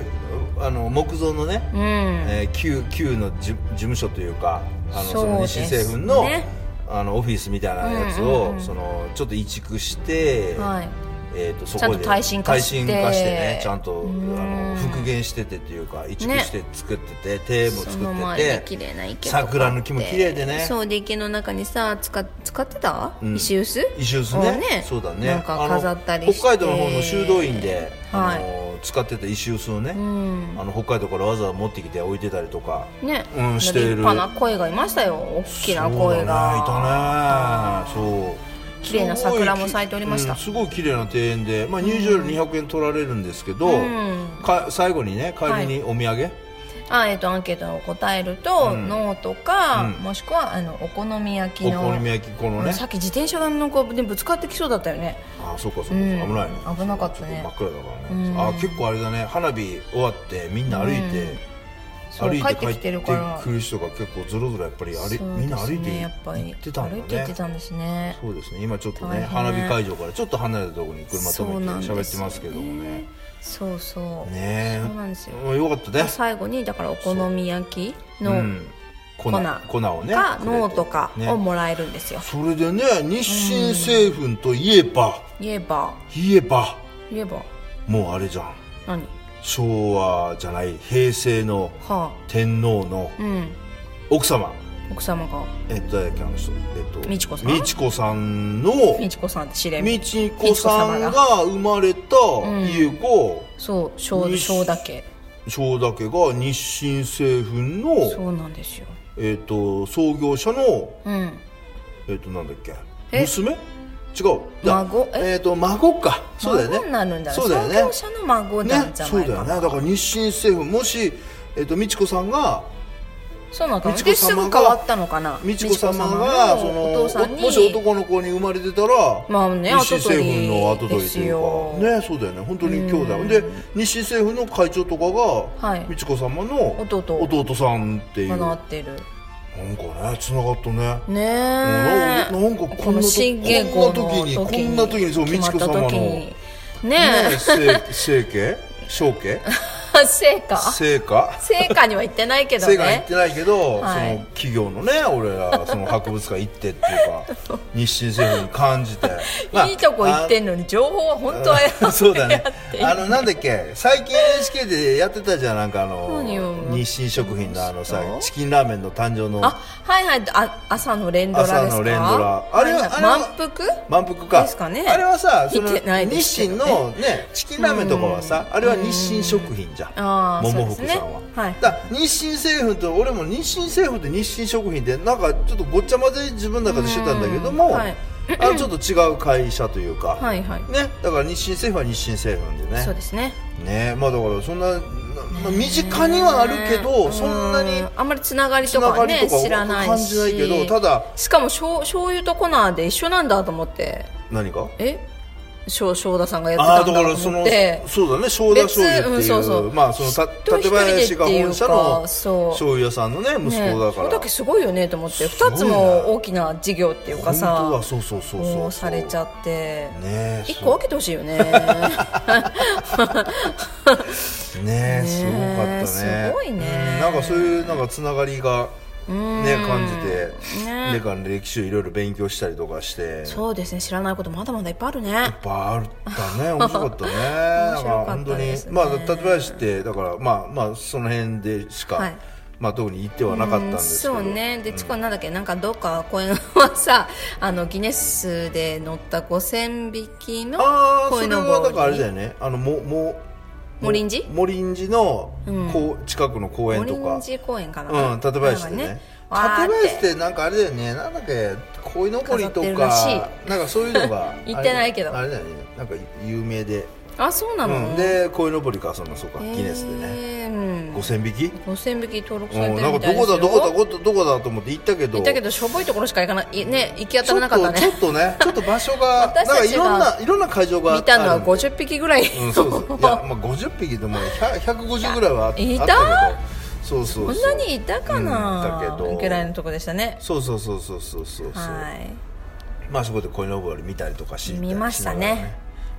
Speaker 3: あの木造のね、
Speaker 2: うん
Speaker 3: えー旧旧のじ事務所というかあのその
Speaker 2: そうです
Speaker 3: 日
Speaker 2: ね
Speaker 3: 清製粉の,、あのオフィスみたいなやつを、そのちょっと移築して、
Speaker 2: はい
Speaker 3: えー、とそ
Speaker 2: ちゃん
Speaker 3: こで
Speaker 2: と耐震化して
Speaker 3: 耐震化してねちゃんとあの復元しててっていうか移築して作ってて、庭も
Speaker 2: そ
Speaker 3: 作
Speaker 2: の
Speaker 3: っ
Speaker 2: 周り
Speaker 3: て
Speaker 2: に
Speaker 3: て
Speaker 2: 綺麗な池とかあって
Speaker 3: 桜の木も綺麗でね
Speaker 2: そうで池の中にさ使使ってた、
Speaker 3: うん
Speaker 2: 石臼
Speaker 3: 石臼
Speaker 2: を
Speaker 3: ね
Speaker 2: ね
Speaker 3: そうだね
Speaker 2: なんか
Speaker 3: あの
Speaker 2: 飾ったりして
Speaker 3: 北海道の方の修道院で、
Speaker 2: はい
Speaker 3: あの使ってた石臼をね、
Speaker 2: ん
Speaker 3: あの北海道からわざわざ持ってきて置いてたりとか
Speaker 2: ね、
Speaker 3: うんしてる
Speaker 2: 立派な声がいましたよ大きな
Speaker 3: そ
Speaker 2: 声
Speaker 3: う
Speaker 2: が
Speaker 3: だねいたねそう
Speaker 2: 綺麗な桜も咲いておりました
Speaker 3: すごいきうんすごい綺麗な庭園で、まあ、入場料200円取られるんですけど、
Speaker 2: ん
Speaker 3: か最後にね帰りにお土産、
Speaker 2: あえっとアンケートを答えると、
Speaker 3: うん
Speaker 2: ノーとか、
Speaker 3: うん
Speaker 2: もしくはあのお好み焼き
Speaker 3: お
Speaker 2: の
Speaker 3: 好み焼きこのね
Speaker 2: さっき自転車がなんかねぶつかってきそうだったよね
Speaker 3: あそうかそうか、
Speaker 2: うん
Speaker 3: 危ないね
Speaker 2: 危なかったね
Speaker 3: ちょっと真っ暗だからね、あ結構あれだね花火終わってみんな歩いて、
Speaker 2: そう
Speaker 3: 歩い
Speaker 2: 帰っ
Speaker 3: て帰って
Speaker 2: きて
Speaker 3: て
Speaker 2: るから
Speaker 3: くる人が結構ずろずろやっぱりあ
Speaker 2: そ
Speaker 3: れ、
Speaker 2: うですね
Speaker 3: みんな歩いて
Speaker 2: やっぱり
Speaker 3: 行ってたんだね
Speaker 2: 歩いて行ってたんですね
Speaker 3: そうですね今ちょっと
Speaker 2: 大
Speaker 3: ね
Speaker 2: 変
Speaker 3: 花火会場からちょっと離れたところに車
Speaker 2: そう
Speaker 3: 止
Speaker 2: なん
Speaker 3: め
Speaker 2: で
Speaker 3: て
Speaker 2: すよ
Speaker 3: 喋
Speaker 2: ね
Speaker 3: ってますけどもね
Speaker 2: そうそう、
Speaker 3: ね
Speaker 2: そうなんですよ
Speaker 3: えよかったね
Speaker 2: 最後にだからお好み焼きの、
Speaker 3: うん、粉
Speaker 2: 粉
Speaker 3: 粉をね
Speaker 2: か
Speaker 3: くれて
Speaker 2: 脳とか
Speaker 3: ね
Speaker 2: をもらえるんですよ、
Speaker 3: それでね日清製粉といえば、
Speaker 2: 言えば
Speaker 3: 言えば
Speaker 2: 言えば
Speaker 3: もうあれじゃん
Speaker 2: 何
Speaker 3: 昭和じゃない平成の
Speaker 2: は
Speaker 3: 天皇の
Speaker 2: あうん
Speaker 3: 奥様、
Speaker 2: 奥様が
Speaker 3: えっと誰だっけあの人えっと
Speaker 2: 美智子さん
Speaker 3: 美智子さんの
Speaker 2: 美智子さんって知れ
Speaker 3: 美智子さん
Speaker 2: 美智子様
Speaker 3: が生まれた家が、
Speaker 2: そう小
Speaker 3: に
Speaker 2: 小だけ
Speaker 3: 正田家が日清製粉の
Speaker 2: そうなんですよ
Speaker 3: えっ、と創業者の
Speaker 2: うん
Speaker 3: えっ、となんだっけ
Speaker 2: え
Speaker 3: 娘違ういや
Speaker 2: 孫え
Speaker 3: えっ、と孫かそうだよね
Speaker 2: 孫になるんだね
Speaker 3: そうだよね
Speaker 2: 創業者の孫なんじゃないかな
Speaker 3: ね、そうだよねだから日清製粉もしえっ、と美智子さんが
Speaker 2: そうなのかな
Speaker 3: 美智
Speaker 2: で
Speaker 3: 子
Speaker 2: す
Speaker 3: 様
Speaker 2: ぐ
Speaker 3: が
Speaker 2: 変わったのかな
Speaker 3: 美智子様が
Speaker 2: 美智子様
Speaker 3: その
Speaker 2: お父さんに
Speaker 3: もし男の子に生まれてたら、
Speaker 2: まあね
Speaker 3: 日清製粉の
Speaker 2: 後
Speaker 3: 後
Speaker 2: 取
Speaker 3: 取
Speaker 2: り
Speaker 3: り
Speaker 2: です
Speaker 3: という
Speaker 2: よ
Speaker 3: かねそうだよね本当に兄弟で日清製粉の会長とかが、
Speaker 2: はい
Speaker 3: 美智子様の
Speaker 2: 弟
Speaker 3: さんっていう
Speaker 2: がな
Speaker 3: なん
Speaker 2: っ
Speaker 3: か
Speaker 2: てる
Speaker 3: ね繋がったね
Speaker 2: ね
Speaker 3: な
Speaker 2: え
Speaker 3: なんかこ
Speaker 2: こ
Speaker 3: んな
Speaker 2: の
Speaker 3: と
Speaker 2: 新元号の
Speaker 3: こんな時に
Speaker 2: 時に
Speaker 3: こんな時にそう美智子様
Speaker 2: 決まった
Speaker 3: の
Speaker 2: 時に
Speaker 3: ね
Speaker 2: ね
Speaker 3: え生家小家
Speaker 2: え <laughs> 成果
Speaker 3: 成果
Speaker 2: 成果には行ってないけど
Speaker 3: 成果行っ
Speaker 2: ね
Speaker 3: てないけど、
Speaker 2: はい
Speaker 3: その企業のね俺らその博物館行ってっていう
Speaker 2: <laughs>
Speaker 3: か日清製粉に感じて、まあ
Speaker 2: いいとこ行ってんのに情報は本当は <laughs> や
Speaker 3: あそうだね
Speaker 2: っていい
Speaker 3: あのなんだっけ最近 NHK でやってたじゃんなんかあの
Speaker 2: 何を
Speaker 3: 日清食品のあのさ
Speaker 2: そう
Speaker 3: チキンラーメンの誕生の
Speaker 2: あはいはいあ朝の連ドラですか
Speaker 3: 朝の連ドラあれは
Speaker 2: はいはい
Speaker 3: あれは
Speaker 2: 満腹
Speaker 3: 満腹か
Speaker 2: ですかね
Speaker 3: あれはさその
Speaker 2: 見
Speaker 3: 日
Speaker 2: てないですけ
Speaker 3: 清
Speaker 2: どね
Speaker 3: のねチキンラーメンとかはさあれは日清食品じ
Speaker 2: あ
Speaker 3: ゃん
Speaker 2: ー
Speaker 3: 桃
Speaker 2: そう
Speaker 3: 福
Speaker 2: ですね
Speaker 3: さんは、
Speaker 2: はい
Speaker 3: だから日清製粉と俺も日清製粉と日清食品でなんかちょっとごっちゃ混ぜ自分の中でしてたんだけど
Speaker 2: うん
Speaker 3: も、
Speaker 2: はい
Speaker 3: あのちょっと違う会社というか、
Speaker 2: はいはい
Speaker 3: ね、だから日清製粉は日清製粉でね
Speaker 2: そうですね
Speaker 3: ねまあだからそんな、なまあ、身近にはあるけど、
Speaker 2: ね
Speaker 3: そんなに
Speaker 2: うあんまりつながり
Speaker 3: つ
Speaker 2: と
Speaker 3: な
Speaker 2: かは
Speaker 3: がり
Speaker 2: ね
Speaker 3: とか
Speaker 2: 知らないし
Speaker 3: 感じないけどただ
Speaker 2: しかもしょう醤油とコナーで一緒なんだと思って
Speaker 3: 何か
Speaker 2: えしょう翔太さんがや
Speaker 3: ああ
Speaker 2: っ
Speaker 3: ー
Speaker 2: てたん
Speaker 3: だか
Speaker 2: だ
Speaker 3: ら
Speaker 2: と
Speaker 3: そ
Speaker 2: 思っ
Speaker 3: の
Speaker 2: て
Speaker 3: そうだね正田醤油っていう,、
Speaker 2: 別うんそうそう
Speaker 3: まあそのた
Speaker 2: 人一人
Speaker 3: 館林が本社
Speaker 2: でっていうか
Speaker 3: の
Speaker 2: そう
Speaker 3: 醤油屋さんのね息
Speaker 2: ね
Speaker 3: 子だ
Speaker 2: そ
Speaker 3: か
Speaker 2: れ
Speaker 3: ら、
Speaker 2: だけすごいよねと思って
Speaker 3: すご
Speaker 2: 2
Speaker 3: いね
Speaker 2: つも大きな事業っていうか
Speaker 3: 本当
Speaker 2: さ
Speaker 3: だそうそうそうそう
Speaker 2: もうされちゃって
Speaker 3: ねえ
Speaker 2: 1個分けてほしいよ
Speaker 3: <laughs>
Speaker 2: ね
Speaker 3: そうねえすごかったね
Speaker 2: すごいね
Speaker 3: うんなんかそういうなんかつながりがね
Speaker 2: うん
Speaker 3: 感じて、
Speaker 2: ね
Speaker 3: ね、から歴史をいろいろ勉強したりとかして
Speaker 2: そうですね知らないことまだまだいっぱいあるね
Speaker 3: やっぱあったね面白かった
Speaker 2: <laughs>
Speaker 3: ね
Speaker 2: 面
Speaker 3: だ
Speaker 2: 白
Speaker 3: か
Speaker 2: からった
Speaker 3: 本当に
Speaker 2: ですね
Speaker 3: まあ館林ってだからまあまあその辺でしか、
Speaker 2: はい
Speaker 3: まあ特に行ってはなかったんですけど
Speaker 2: うんそうねでチコはなんだっけなんかどっか公園はさ <laughs> あのギネスで乗った5000匹の
Speaker 3: ああそ
Speaker 2: 鯉
Speaker 3: れ
Speaker 2: の
Speaker 3: は
Speaker 2: ぼ
Speaker 3: だからあ
Speaker 2: う
Speaker 3: れ
Speaker 2: に
Speaker 3: だよねあのもも
Speaker 2: も林寺
Speaker 3: も林寺のこう近くの公園とか
Speaker 2: 森林公園かな
Speaker 3: うん館林でね
Speaker 2: なんか
Speaker 3: 館
Speaker 2: わー
Speaker 3: 林ってなんかあれだよねなんだっけ鯉のぼり
Speaker 2: 飾
Speaker 3: と
Speaker 2: ってるらし
Speaker 3: かなんかそういうのが
Speaker 2: <laughs> 行ってないけど
Speaker 3: あれだよねなんか有名で、
Speaker 2: あそうなの、
Speaker 3: うん、で鯉のぼりかそのそうかギネスでね
Speaker 2: えーうん
Speaker 3: 5000匹
Speaker 2: 5000匹登録され
Speaker 3: うん
Speaker 2: て
Speaker 3: な
Speaker 2: る
Speaker 3: んか
Speaker 2: みた
Speaker 3: ど
Speaker 2: いですよ
Speaker 3: こだどこだどこだどこだと思って行ったけど
Speaker 2: 行ったけどしょぼいところしか行かないいね行き当
Speaker 3: ち
Speaker 2: た
Speaker 3: ょ
Speaker 2: らな
Speaker 3: っ
Speaker 2: かった
Speaker 3: とちょ
Speaker 2: ね
Speaker 3: っとねちょっと場所がなん
Speaker 2: 私
Speaker 3: か
Speaker 2: た
Speaker 3: い
Speaker 2: ちが
Speaker 3: ろんないろんな会場が
Speaker 2: 見たの
Speaker 3: あ
Speaker 2: は
Speaker 3: るんで
Speaker 2: 50匹ぐらい
Speaker 3: うん、そ
Speaker 2: <laughs>
Speaker 3: うそういやまあ50匹でも100 150ぐらいはああったけ
Speaker 2: い
Speaker 3: ど
Speaker 2: た
Speaker 3: そうそう
Speaker 2: こ
Speaker 3: そうん
Speaker 2: なにいたかな、
Speaker 3: うんだけど
Speaker 2: ぐらいのとこでしたね
Speaker 3: そうそうそうそうそうそうそう
Speaker 2: はい
Speaker 3: まあそこで鯉のぼり見たりとかし
Speaker 2: 見ましたね
Speaker 3: しながら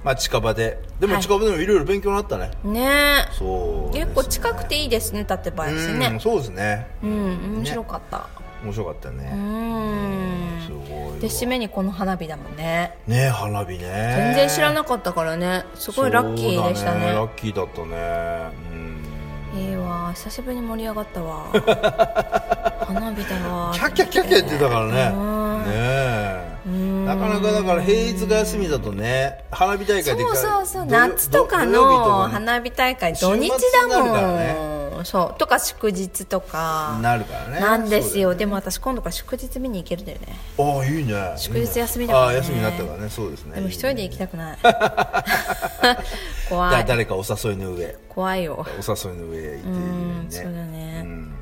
Speaker 3: まあ近場ででも
Speaker 2: はい
Speaker 3: 近場でもいろいろ勉強になったね、
Speaker 2: ねえ
Speaker 3: そうですね
Speaker 2: 結構近くていいですね館林
Speaker 3: う
Speaker 2: ね
Speaker 3: んそうですね
Speaker 2: うん面白かった、
Speaker 3: 面白かった
Speaker 2: う
Speaker 3: ね、
Speaker 2: ん
Speaker 3: すごいわ
Speaker 2: で締めにこの花火だもんね
Speaker 3: ね花火ね
Speaker 2: 全然知ら
Speaker 3: い
Speaker 2: なかったからねすごいラッキーでしたね
Speaker 3: ラッキーだったねうん
Speaker 2: いいわ久しぶりに盛り上がったわ花火だ
Speaker 3: <laughs>
Speaker 2: わ
Speaker 3: キャッキャッキャッキャッ言ってたからね
Speaker 2: うん
Speaker 3: ねえなかなかだから平日が休みだとね花火大会で
Speaker 2: そうそうそう
Speaker 3: 土曜
Speaker 2: 夏とか
Speaker 3: 土曜日と
Speaker 2: の
Speaker 3: かに
Speaker 2: 花火大会土日
Speaker 3: 週末にな
Speaker 2: だ
Speaker 3: るか
Speaker 2: もん、そうとか祝日とか
Speaker 3: なるからね
Speaker 2: なんですよ
Speaker 3: そう
Speaker 2: でも私今度から祝日見に行けるんだよね
Speaker 3: だよねああいいね
Speaker 2: 祝日休みだ
Speaker 3: い
Speaker 2: から
Speaker 3: いねああ
Speaker 2: ね
Speaker 3: 休みになったからねそうですね
Speaker 2: でも一人で行き
Speaker 3: いいね
Speaker 2: たく
Speaker 3: <laughs>
Speaker 2: ない
Speaker 3: だ
Speaker 2: 怖い
Speaker 3: 誰かお誘いの上
Speaker 2: 怖いよ
Speaker 3: お誘いの上いていいね
Speaker 2: うんそうだね
Speaker 3: うん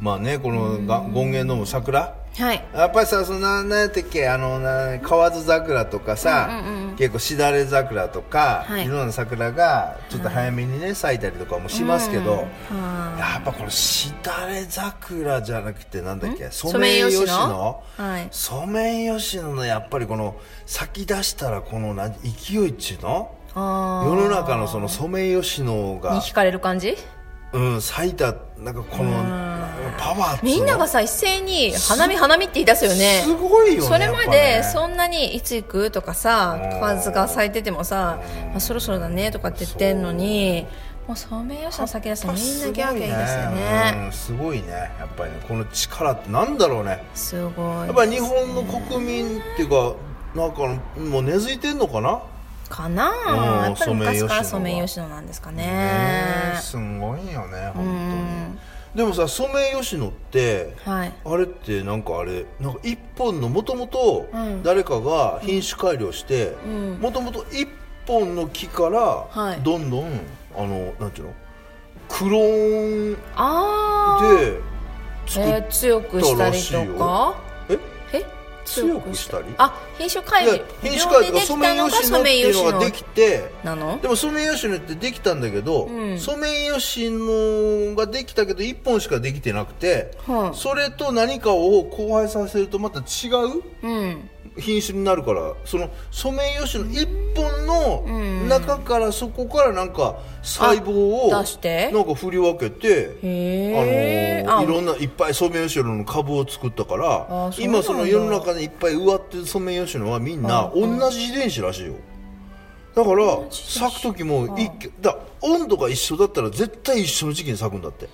Speaker 3: まあねこのが権現の桜
Speaker 2: はい
Speaker 3: やっぱりさそのななんやったっけあのな河津桜とかさ、結構しだれ桜とか、
Speaker 2: はい
Speaker 3: い、ろんな桜がちょっと早めにね、咲いたりとかもしますけど、
Speaker 2: は
Speaker 3: やっぱこのしだれ桜じゃなくてなんだっけソ
Speaker 2: ソメイヨシノ
Speaker 3: メイ
Speaker 2: はい
Speaker 3: ソメイヨシノのやっぱりこの咲き出したらこのな勢いっちゅうの
Speaker 2: あ
Speaker 3: 世の中のそのソメイヨシノ
Speaker 2: あに
Speaker 3: が
Speaker 2: 惹、かれる感じ
Speaker 3: うん、咲いたなんかこのパワーっつうの
Speaker 2: みんながさ一斉に花見花見って言い出すよね
Speaker 3: すごいよね
Speaker 2: それまで
Speaker 3: やっぱね
Speaker 2: そんなにいつ行くとかさ
Speaker 3: うん
Speaker 2: 数が咲いててもさ、まあ、そろそろだねとかって言ってんのにもうソメイヨシノ咲き出すとみんなギャーギャー言い出すよね
Speaker 3: すごいね,、うん、すごいねやっぱりねこの力ってなんだろうね
Speaker 2: すごい
Speaker 3: やっぱり日本の国民っていうかなんかもう根付いてんのかな
Speaker 2: かな
Speaker 3: うん
Speaker 2: あやっぱり昔からソ
Speaker 3: ソ
Speaker 2: メ
Speaker 3: メ
Speaker 2: イ
Speaker 3: イ
Speaker 2: ヨ
Speaker 3: ヨ
Speaker 2: シノなんですか
Speaker 3: ね
Speaker 2: ね
Speaker 3: えすごいよね
Speaker 2: う
Speaker 3: 本
Speaker 2: ん
Speaker 3: でもさソメイヨシノって、
Speaker 2: はい
Speaker 3: あれってなんかあれなんか一本のもともと
Speaker 2: ん
Speaker 3: 誰かが品種改良してもともと一本の木から
Speaker 2: はい
Speaker 3: どんどん、あのなんていうのクローン
Speaker 2: あ
Speaker 3: で
Speaker 2: あ、
Speaker 3: 作
Speaker 2: え
Speaker 3: っ
Speaker 2: ー、強くしたりとか
Speaker 3: え
Speaker 2: え
Speaker 3: 強くしたり
Speaker 2: あ品種改
Speaker 3: いや
Speaker 2: 良
Speaker 3: 品種改良
Speaker 2: で
Speaker 3: が
Speaker 2: き
Speaker 3: ソ
Speaker 2: た
Speaker 3: メイ
Speaker 2: の
Speaker 3: ヨ
Speaker 2: が
Speaker 3: シノっ
Speaker 2: ソ
Speaker 3: て
Speaker 2: メイヨ
Speaker 3: いう
Speaker 2: シ
Speaker 3: の
Speaker 2: ノ
Speaker 3: ができて
Speaker 2: なの
Speaker 3: でもソメイヨシノってできたんだけど、
Speaker 2: うん
Speaker 3: ソメイヨシノができたけど1本しかできてなくて、
Speaker 2: はい
Speaker 3: それと何かを交配させるとまた違う
Speaker 2: うん
Speaker 3: 品種になるからそのソメイヨシノ1本
Speaker 2: う
Speaker 3: の
Speaker 2: ん
Speaker 3: 中からそこからなんか細胞を
Speaker 2: あ出して
Speaker 3: なんか振り分けて。あの
Speaker 2: へえ
Speaker 3: いろんないっぱいソメイヨシノの株を作ったから
Speaker 2: あそうなんだ
Speaker 3: 今その世の中でいっぱい植わってるソメイヨシノはみんな同じ遺伝子らしいよだから咲く時も一挙だ温度が一緒だったら絶対一緒の時期に咲くんだって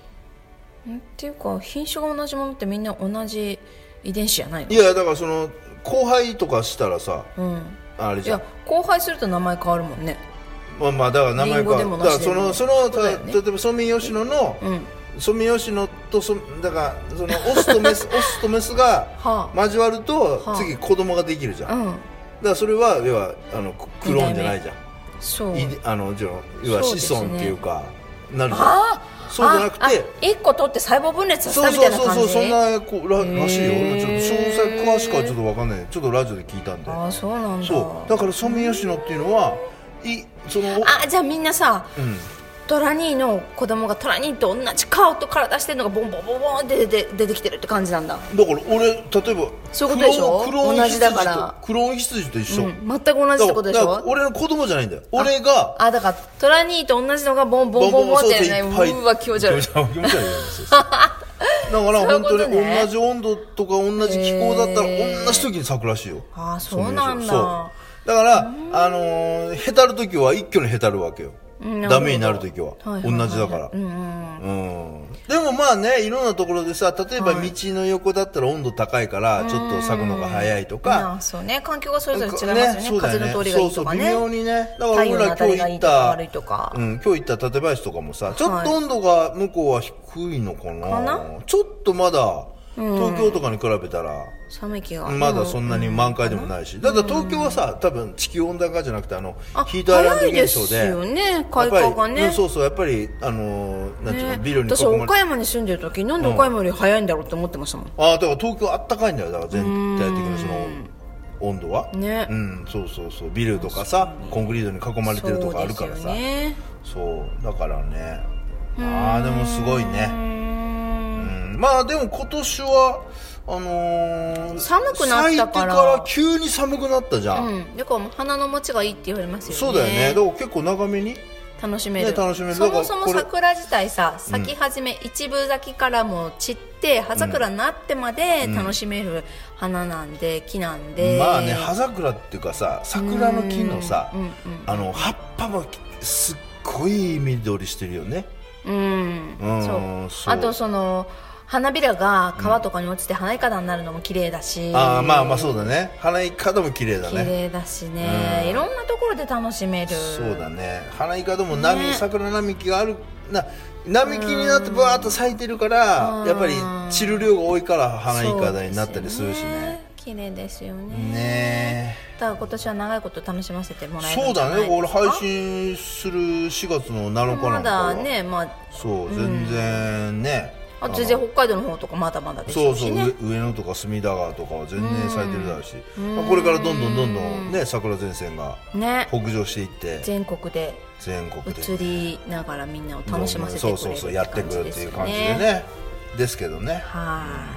Speaker 2: んっていうか品種が同じものってみんな同じ遺伝子じゃないの
Speaker 3: いやだからその後輩とかしたらさ
Speaker 2: うん
Speaker 3: あれ
Speaker 2: い
Speaker 3: じゃん
Speaker 2: や交配すると名前変わるもんね
Speaker 3: まあまあだから名前
Speaker 2: リンゴ
Speaker 3: か
Speaker 2: でも
Speaker 3: だ
Speaker 2: な
Speaker 3: か
Speaker 2: しで
Speaker 3: らそ
Speaker 2: も
Speaker 3: のその
Speaker 2: そうだよね
Speaker 3: た例えばソメイヨシノの
Speaker 2: うん
Speaker 3: ソメイヨシノとソだからそのオスと
Speaker 2: <laughs>
Speaker 3: メスオスとメス
Speaker 2: は
Speaker 3: が
Speaker 2: あ
Speaker 3: 交わると
Speaker 2: はあ
Speaker 3: 次子供ができるじゃん
Speaker 2: う
Speaker 3: だか
Speaker 2: ん
Speaker 3: らそれは要はあのククローンじゃないじゃん
Speaker 2: そう
Speaker 3: いあのじゃあ要は
Speaker 2: そうです
Speaker 3: 子
Speaker 2: ね
Speaker 3: 孫っていうかなるじゃん
Speaker 2: あ
Speaker 3: そうじゃなくて
Speaker 2: 1個取って細胞分裂させ
Speaker 3: そ
Speaker 2: た
Speaker 3: う
Speaker 2: みた
Speaker 3: そ
Speaker 2: いうな
Speaker 3: そう
Speaker 2: 感じ
Speaker 3: そうそんなこららしい
Speaker 2: へ
Speaker 3: よ
Speaker 2: ー
Speaker 3: ちょっと詳細詳しくはちょっとわかんないちょっとラジオで聞いたんで
Speaker 2: ああそうなんだ
Speaker 3: そうだからソメイヨシノっていうのはいその
Speaker 2: あじゃあみんなさ
Speaker 3: うん
Speaker 2: トラ兄の子供がトラ兄と同じ顔と体してるのがボンボンボンボンって出て出てきてるって感じなんだ、
Speaker 3: だから俺例えば
Speaker 2: そういうことでしょ
Speaker 3: クローンクローン
Speaker 2: 同じだ
Speaker 3: 羊と
Speaker 2: から
Speaker 3: クローン羊と一緒、
Speaker 2: うん、全く同じってことでし
Speaker 3: だからだから
Speaker 2: ょ
Speaker 3: 俺の子供じゃないんだよ俺が
Speaker 2: あだからトラ兄と同じのがボンボンボンボンってねうーわ気持ち悪い
Speaker 3: 気持ち悪い気持ち悪い
Speaker 2: <laughs>
Speaker 3: です
Speaker 2: そういうことね
Speaker 3: だから本当に同じ温度とか同じ気候だったら
Speaker 2: へー
Speaker 3: 同じ時に咲くらしいよ
Speaker 2: あーそうなんだ
Speaker 3: そうだからあのーへたる時は一挙にへたるわけよ
Speaker 2: うんなるほど
Speaker 3: ダメになる時は
Speaker 2: はいはいはい
Speaker 3: 同じだから
Speaker 2: うんうん
Speaker 3: うんでもまあねいろんなところでさ例えば道の横だったら温度高いからちょっと咲くのが早いと
Speaker 2: ま
Speaker 3: か
Speaker 2: あそうね環境がそれぞれ違いますよね
Speaker 3: そうだ
Speaker 2: 風
Speaker 3: よね
Speaker 2: の通りがいいとかね
Speaker 3: そうそう微妙にねだから
Speaker 2: 太
Speaker 3: 俺
Speaker 2: 陽の
Speaker 3: ら
Speaker 2: 当たり
Speaker 3: 今
Speaker 2: がい
Speaker 3: 日
Speaker 2: い
Speaker 3: 行っ
Speaker 2: とか悪い
Speaker 3: た
Speaker 2: とか、
Speaker 3: うん、今日行った館林とかもさちょっ
Speaker 2: はい
Speaker 3: と温度が向こうは低いのかな,、
Speaker 2: かな
Speaker 3: ちょっとまだ東京とかに比べたら、
Speaker 2: 寒い気が
Speaker 3: まだそんなに満開でもないし、だから東京はさ多分地球温暖化じゃなくてあの
Speaker 2: あ
Speaker 3: ヒートアイランド
Speaker 2: 早いで
Speaker 3: 現象
Speaker 2: す
Speaker 3: で
Speaker 2: よね
Speaker 3: や
Speaker 2: 開
Speaker 3: っぱり
Speaker 2: 花がね
Speaker 3: うんそうそうやっぱりあのーなんていうの、
Speaker 2: ね
Speaker 3: ビルに
Speaker 2: 私
Speaker 3: 囲まれ
Speaker 2: 岡山に住んでる時なんで岡山より早いんだろうって思ってましたもん、
Speaker 3: ああだから東京あったかいんだよだから全体的なその温度は
Speaker 2: ね
Speaker 3: うんそうそうそうビルとかさコンクリートに囲まれてるとかあるから
Speaker 2: そ
Speaker 3: さ
Speaker 2: うですよね
Speaker 3: そうだからねああでもすごいうね、
Speaker 2: ー
Speaker 3: うんん、まあでも今年はあのー
Speaker 2: 寒くなったから
Speaker 3: 咲いてから急に寒くなったじゃん、
Speaker 2: うん、だからもう花の持ちがいいって言われますよね
Speaker 3: そうだよねだから結構長めに
Speaker 2: 楽しめる,、
Speaker 3: ね楽しめる
Speaker 2: そ
Speaker 3: だか
Speaker 2: も
Speaker 3: ら
Speaker 2: そも
Speaker 3: これ
Speaker 2: 桜自体さ咲き始め、一部咲きからも散って葉桜になってまで楽しめる花なんで木なんで、
Speaker 3: まあね葉桜っていうかさ桜の木のさ、
Speaker 2: うん
Speaker 3: あの葉っぱもすっごい緑してるよね
Speaker 2: うん、
Speaker 3: うん
Speaker 2: そう
Speaker 3: そう
Speaker 2: あとその花びらが川とかに落ちて花いかだになるのも綺麗だし、
Speaker 3: ああまあまあそうだね花いかだも綺麗だ
Speaker 2: 綺
Speaker 3: ね
Speaker 2: 麗だしね、
Speaker 3: うん
Speaker 2: いろんなところで楽しめる
Speaker 3: そうだね花いかだも波、
Speaker 2: ね
Speaker 3: 桜並木があるな並木になってバーッと咲いてるから、
Speaker 2: うん
Speaker 3: やっぱり散る量が多いから花いかだになったりす
Speaker 2: そう
Speaker 3: る
Speaker 2: で
Speaker 3: し
Speaker 2: すよ
Speaker 3: ね
Speaker 2: 綺麗ですよね
Speaker 3: ね
Speaker 2: だから今年は長いこと楽しませてもらえる
Speaker 3: そ
Speaker 2: ん
Speaker 3: う
Speaker 2: じゃ
Speaker 3: だ
Speaker 2: ない
Speaker 3: ね俺
Speaker 2: ですか
Speaker 3: 配信する4月の7日なんか
Speaker 2: まだ
Speaker 3: は
Speaker 2: ねまあ
Speaker 3: そう全然ね、
Speaker 2: あ
Speaker 3: の
Speaker 2: 全然北海道の方とかまだまだでし
Speaker 3: そ
Speaker 2: ょ
Speaker 3: う
Speaker 2: し
Speaker 3: そう、
Speaker 2: ね
Speaker 3: 上上野とか隅田川とかは全然咲いてるだろうし、まあこれからどんどんどんどんね桜前線が
Speaker 2: ね
Speaker 3: 北上していって
Speaker 2: 全国で
Speaker 3: 全国で
Speaker 2: 移りながらみんなを楽しませてくれる
Speaker 3: そうそうそうやってくるっていう感じで
Speaker 2: ですよ
Speaker 3: ねですけどね、
Speaker 2: は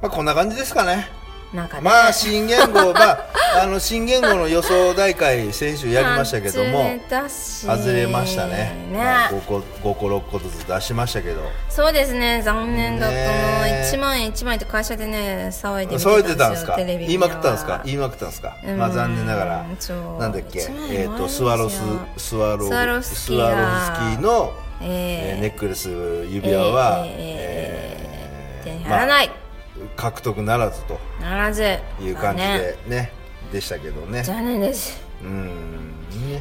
Speaker 3: まあ、こんな感じですかね
Speaker 2: いなんかね
Speaker 3: まあ新言語まあ <laughs> あの新言語の予想大会先週やりました
Speaker 2: <laughs>
Speaker 3: けども
Speaker 2: 外れたし
Speaker 3: 外れましたね
Speaker 2: ね
Speaker 3: まあ、5個5個6個ずつ出しましたけど
Speaker 2: そうですね残念だったな、
Speaker 3: ね
Speaker 2: 1万円1万円って会社でね騒いで見て
Speaker 3: そう言ってたんですか
Speaker 2: テレビ
Speaker 3: 言
Speaker 2: 見
Speaker 3: い
Speaker 2: なが
Speaker 3: まく
Speaker 2: ら
Speaker 3: ったんですか言いまくったんですかまあ
Speaker 2: うん
Speaker 3: 残念ながら
Speaker 2: そう
Speaker 3: なんだっけ
Speaker 2: 一枚
Speaker 3: えっ
Speaker 2: もあるん
Speaker 3: と
Speaker 2: ですよ
Speaker 3: スワロススワロ
Speaker 2: スワロフス
Speaker 3: ス
Speaker 2: キー
Speaker 3: ワ
Speaker 2: が
Speaker 3: ロフスキーの
Speaker 2: え
Speaker 3: えー
Speaker 2: え
Speaker 3: ネックレス指輪は
Speaker 2: えー
Speaker 3: えー
Speaker 2: 手に入らない、
Speaker 3: まあ獲得ならずと
Speaker 2: ならず
Speaker 3: いう感じ
Speaker 2: まあね
Speaker 3: でねでしたけどね
Speaker 2: 残念です
Speaker 3: うん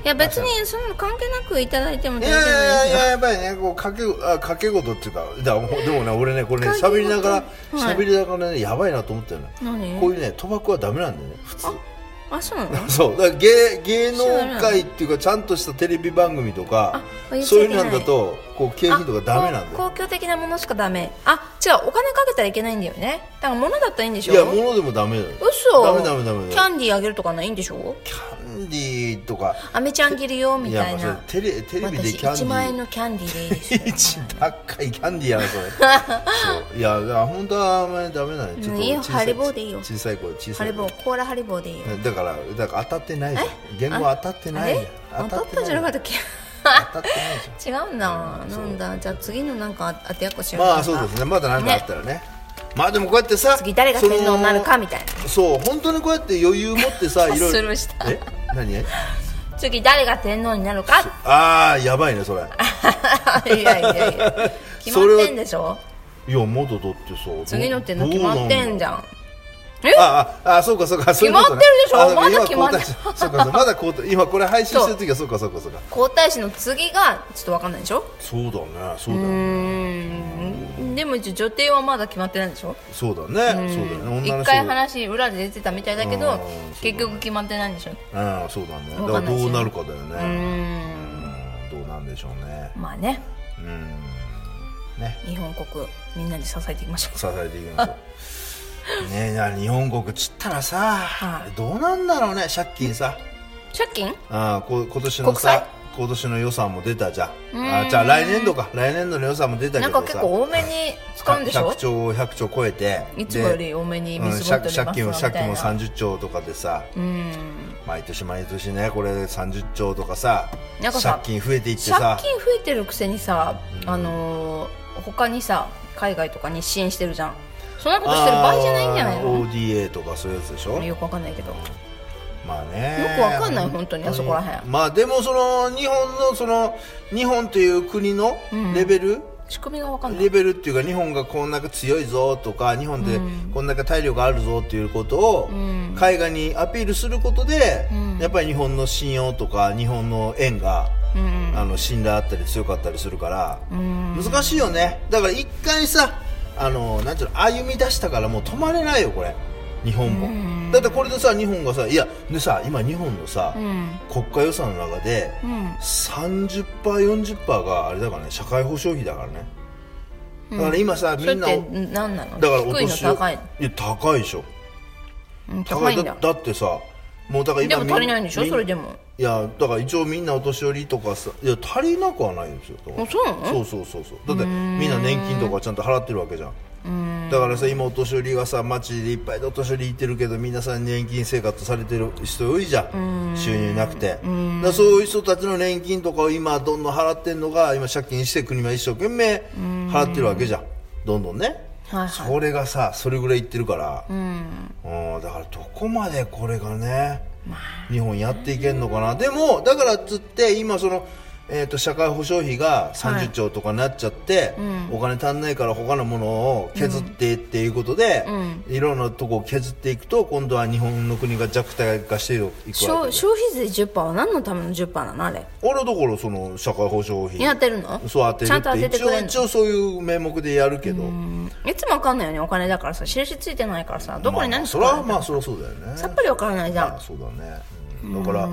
Speaker 2: いや別にそんな関係なくいただいても
Speaker 3: い
Speaker 2: 全然
Speaker 3: やいや
Speaker 2: ない
Speaker 3: い
Speaker 2: です
Speaker 3: や
Speaker 2: よ
Speaker 3: やっぱりねこう掛けあ掛け事っていうかだからでもね俺ねこれね
Speaker 2: 掛け
Speaker 3: 喋り
Speaker 2: 事
Speaker 3: ながら
Speaker 2: はい
Speaker 3: 喋、りながらねやばいなと思ったよね
Speaker 2: 何
Speaker 3: こういうね賭博はダメなんだよね普通
Speaker 2: あそうなの
Speaker 3: そうだから芸芸能界っていうかちゃんとしたテレビ番組とか
Speaker 2: あ
Speaker 3: そういうのなんだとこう景品とかダメ
Speaker 2: あ
Speaker 3: なんだ
Speaker 2: こう
Speaker 3: よ
Speaker 2: 公共的なものしかダメあ違うお金かけたらいけないんだよねだから物だったらいいんでし
Speaker 3: い
Speaker 2: ょ
Speaker 3: や物でもダメだよ
Speaker 2: 嘘
Speaker 3: ダメダメダメ
Speaker 2: キ
Speaker 3: だ
Speaker 2: ャ
Speaker 3: よ
Speaker 2: ンディーあげるとかないいんでしょ
Speaker 3: キャンディーとか
Speaker 2: アメちゃん切るよみたい
Speaker 3: やまあ
Speaker 2: な
Speaker 3: それテレテレビで
Speaker 2: 私
Speaker 3: キャンディ
Speaker 2: 1
Speaker 3: ー
Speaker 2: 万円のキャンディーでいいです
Speaker 3: <laughs> 一高いキャンディーやな
Speaker 2: <laughs>
Speaker 3: それそういやだから本当はあんまりダメだねちょっと
Speaker 2: いいよ
Speaker 3: 小さ
Speaker 2: ハリボーでいいよ
Speaker 3: 小さい声小
Speaker 2: ハ
Speaker 3: さ
Speaker 2: リ
Speaker 3: い
Speaker 2: ボ
Speaker 3: 声
Speaker 2: ーコーラハリボーでいいよ
Speaker 3: だからだから当たってないじゃん言語当たって
Speaker 2: あ
Speaker 3: ない
Speaker 2: れ当たったんじゃなかったっけ
Speaker 3: 当たってない
Speaker 2: <laughs>
Speaker 3: じ
Speaker 2: 違うんだ
Speaker 3: う
Speaker 2: な
Speaker 3: んそうん
Speaker 2: だじゃあ次のなんか当てやっこし
Speaker 3: ゃん
Speaker 2: よう
Speaker 3: まあそうですねまだ何かあったらねまあでもこうやってさ
Speaker 2: 次誰が天皇になるかみたい
Speaker 3: そのそう本当にこうやって余裕持ってさいろいろ
Speaker 2: スルーした
Speaker 3: え何
Speaker 2: な次誰が天皇になるか
Speaker 3: ああやばいねそれ
Speaker 2: <laughs> いやいやいや決まってんでしょ
Speaker 3: いやまだだってさ
Speaker 2: 次の天皇決まってんじ
Speaker 3: ん
Speaker 2: ゃん
Speaker 3: <laughs> あああそうかそうかそういうことね
Speaker 2: 決まってるでしょま
Speaker 3: あ
Speaker 2: だ
Speaker 3: 今
Speaker 2: 決まってない
Speaker 3: 交代しそうかそうまだ交代今これ配信してる時はそうかそうかそうか
Speaker 2: 皇太子の次がちょっと分かんないでしょ
Speaker 3: そうだねそうだ
Speaker 2: うー
Speaker 3: ね
Speaker 2: んでも一応女帝はまだ決まってないでしょ
Speaker 3: そうだねそうだね女の
Speaker 2: 一
Speaker 3: 人
Speaker 2: 回話裏で出てたみたいだけ
Speaker 3: う
Speaker 2: ど
Speaker 3: ん
Speaker 2: 結局決まってないんでしょ
Speaker 3: うんそうだねだ
Speaker 2: わか
Speaker 3: か
Speaker 2: らんない
Speaker 3: ど
Speaker 2: です
Speaker 3: う
Speaker 2: よ
Speaker 3: なるかだよ
Speaker 2: うー
Speaker 3: ね
Speaker 2: ん
Speaker 3: うんどうなんでしょうね
Speaker 2: まあね
Speaker 3: うんね
Speaker 2: 日本国みんなで支えていきましょ
Speaker 3: <laughs>
Speaker 2: う
Speaker 3: 支えていきましょうねえじゃあ日本国ちったらさ
Speaker 2: はい
Speaker 3: どうなんだろうね借金さ
Speaker 2: 借金
Speaker 3: あーこ今年のさ今年の予算も出たじゃんあーじゃあ来年度か来年度の予算も出たけど
Speaker 2: な
Speaker 3: さ
Speaker 2: んか結構多めに使うんでしょ
Speaker 3: 100兆を100兆超えて
Speaker 2: いつもより多めに見積もっております
Speaker 3: 借金も
Speaker 2: わみ
Speaker 3: 借
Speaker 2: た
Speaker 3: 金
Speaker 2: い
Speaker 3: も
Speaker 2: な
Speaker 3: 30兆とかでさ
Speaker 2: うん
Speaker 3: 毎年毎年ねこれ30兆とかさ
Speaker 2: なんかさ
Speaker 3: 借金増えていってさ
Speaker 2: 借金増えてるくせにさあのー他にさ海外とかに支援してるじゃんそんなことしてる場合じゃないんじゃない
Speaker 3: あー ODA とかそういうやつでしょ
Speaker 2: のよくわかんないけど
Speaker 3: まあね
Speaker 2: よくわかんない本当にあそこらへん
Speaker 3: まあでもその日本のその日本という国のレベル、
Speaker 2: 仕組みがわかんない
Speaker 3: レベルっていうか日本がこんだけ強いぞとか日本でこんだけ体力があるぞっていうことを
Speaker 2: ん
Speaker 3: 海外にアピールすることで、
Speaker 2: うん
Speaker 3: やっぱり日本の信用とか日本の円が、
Speaker 2: うん
Speaker 3: あの信頼あったり強かったりするから、
Speaker 2: うん
Speaker 3: 難しいよねだから一回さあのなんていうの歩み出したからもう止まれないよこれ日本も、
Speaker 2: うん
Speaker 3: だってこれでさ日本がさいやでさ今日本のさ、
Speaker 2: うん
Speaker 3: 国家予算の中で、
Speaker 2: うん
Speaker 3: 30%、40%があれだからね社会保障費だからねだから今さ、
Speaker 2: そ
Speaker 3: み
Speaker 2: れ
Speaker 3: ん
Speaker 2: っ
Speaker 3: な
Speaker 2: て
Speaker 3: だ
Speaker 2: 何なの
Speaker 3: からお
Speaker 2: 低いの
Speaker 3: 年寄り
Speaker 2: 高い
Speaker 3: いや高いでしょ
Speaker 2: うん高いんだ
Speaker 3: だだってさもうだから
Speaker 2: で
Speaker 3: 今
Speaker 2: も足りないんでしょ
Speaker 3: み
Speaker 2: それでも
Speaker 3: いやだから一応みんなお年寄りとかさいや足りなくはないんですよだから
Speaker 2: あそうなの
Speaker 3: そうそうそうそうだってみんな年金とかちゃんと払ってるわけじゃんだからさ今お年寄りがさ街でいっぱいでお年寄りいてるけどみんなさ年金生活されてる人多いじゃん収入なくてだからそういう人たちの年金とかを今どんどん払ってんのが今借金して国は一生懸命払ってるわけじゃんどんどんね
Speaker 2: はいはい
Speaker 3: それがさそれぐらいいってるから
Speaker 2: うん
Speaker 3: うんだからどこまでこれがね、日本やっていけるのかなでもだからっつって今その、えー、と社会保障費が
Speaker 2: はい
Speaker 3: 30兆とかになっちゃって、お金足んないから他のものを削ってっていうことで、いろんなとこを削っていくと今度は日本の国が弱体化していくわけで
Speaker 2: 消消費税10%は何のための10%なのあれ
Speaker 3: 俺はだからその社会保障費
Speaker 2: やってるの
Speaker 3: そう当
Speaker 2: ちゃんと当
Speaker 3: てる
Speaker 2: て
Speaker 3: って
Speaker 2: て
Speaker 3: 一
Speaker 2: くれ
Speaker 3: 応
Speaker 2: る
Speaker 3: 一
Speaker 2: の
Speaker 3: 応そういう名目でやるけど、
Speaker 2: うんいつもわかんないよねお金だからさ印ついてないからさどこに
Speaker 3: まあ
Speaker 2: 何
Speaker 3: まあ
Speaker 2: 使
Speaker 3: そうれ
Speaker 2: の
Speaker 3: はまあそれはそうだよね
Speaker 2: さっぱりわからないじゃ
Speaker 3: あ
Speaker 2: ん
Speaker 3: そうだね、うんだから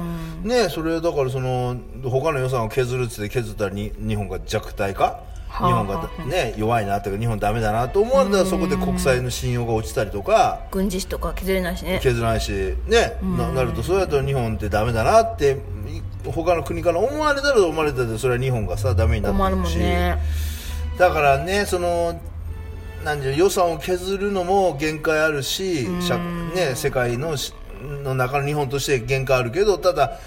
Speaker 3: ねそれだからその他の予算を削るっつって削ったらに日本が弱体化日
Speaker 2: あ
Speaker 3: 本がね弱いなとか日本ダメだなと思われたらそこで国債の信用が落ちたりとか
Speaker 2: 軍事費とか削れないしね
Speaker 3: 削らないしねななるとそうやと日本ってダメだなってい他の国から思われたら思われたでそれは日本がさダメにな
Speaker 2: 困
Speaker 3: っ
Speaker 2: る
Speaker 3: てい
Speaker 2: も
Speaker 3: く
Speaker 2: ん
Speaker 3: し、
Speaker 2: ね
Speaker 3: だからねそのなんていうの予算を削るのも限界あるし、社ね、世界のしの中の日本として限界あるけどただ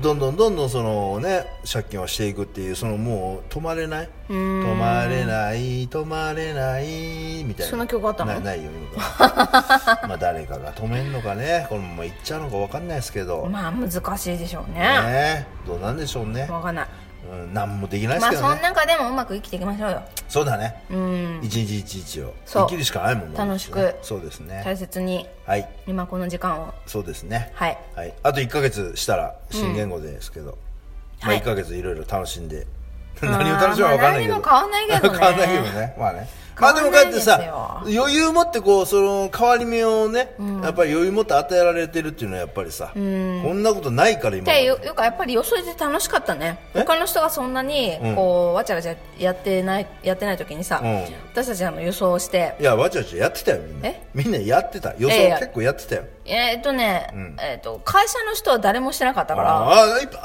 Speaker 3: どんどんどんどんその、ね、借金をしていくっていうそのもう止まれない止まれない止まれないみたいな
Speaker 2: そんな曲あったの
Speaker 3: なない
Speaker 2: <laughs>
Speaker 3: よ今まあ誰かが止めんのかねこのまま行っちゃうのか分かんないですけど、
Speaker 2: まあ難しいでしょうね
Speaker 3: ねどうなんでしょうね
Speaker 2: わかんない
Speaker 3: うんうん、何もできないです
Speaker 2: まあ
Speaker 3: けど
Speaker 2: そ
Speaker 3: ね
Speaker 2: ん、中でもうまく生きていきましょうよ
Speaker 3: そうだね
Speaker 2: うん
Speaker 3: 一日一日を
Speaker 2: そう
Speaker 3: 生きるしかないもんね
Speaker 2: 楽しく
Speaker 3: そうですね
Speaker 2: 大切に
Speaker 3: はい
Speaker 2: 今この時間を
Speaker 3: そうですね
Speaker 2: はい
Speaker 3: あと1ヶ月したら新言語ですけど、まあ
Speaker 2: はい
Speaker 3: 1ヶ月いろいろ楽しんで何を楽しむか分かんないけど
Speaker 2: まあ何も変わんないけどね
Speaker 3: <laughs> 変わんないけどねまあね
Speaker 2: 変
Speaker 3: ま
Speaker 2: わ
Speaker 3: あ
Speaker 2: んない
Speaker 3: でもこうやって
Speaker 2: ですよ
Speaker 3: さ余裕持ってこうその変わり目をね、やっぱり余裕持って与えられてるっていうのはやっぱりさ、こんなことないから今ま
Speaker 2: で
Speaker 3: で
Speaker 2: よよくやっぱりよそいで楽しかったね
Speaker 3: え
Speaker 2: 他の人がそんなに
Speaker 3: ん
Speaker 2: こう、わちゃわちゃやってないやってない時にさ、
Speaker 3: うん
Speaker 2: 私たちあの予想して
Speaker 3: いやわちゃわちゃやってたよみんな
Speaker 2: え
Speaker 3: みんなやってた予
Speaker 2: いやいや
Speaker 3: 想結構やってたよ
Speaker 2: えーっとね、えーっと会社の人は誰もしてなかったから
Speaker 3: ああ一一般の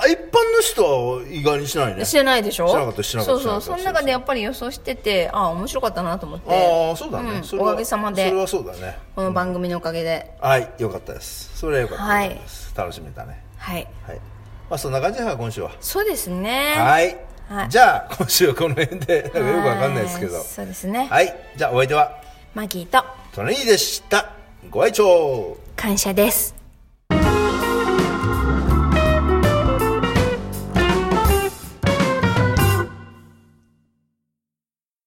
Speaker 3: 人は意外にしないね
Speaker 2: してないでしょ
Speaker 3: してなかったしてなかった
Speaker 2: そうそう
Speaker 3: して
Speaker 2: そ
Speaker 3: なかった
Speaker 2: の中でやっぱり予想しててああ面白かったなと思って
Speaker 3: ああそうだね、
Speaker 2: うん
Speaker 3: それは
Speaker 2: おかげさまで
Speaker 3: それはそうだね
Speaker 2: この番組のおかげで、
Speaker 3: はいよかったですそれはよかったです、楽しめたね
Speaker 2: はい
Speaker 3: はいまあそんな感じだから今週は
Speaker 2: そうですね
Speaker 3: はい、
Speaker 2: はい
Speaker 3: じゃあ今週はこの辺で <laughs> なんかよくわかんないですけど
Speaker 2: はそうですね、
Speaker 3: はいじゃあお相手は
Speaker 2: マギーと
Speaker 3: トネニーでしたご愛聴
Speaker 2: 感謝です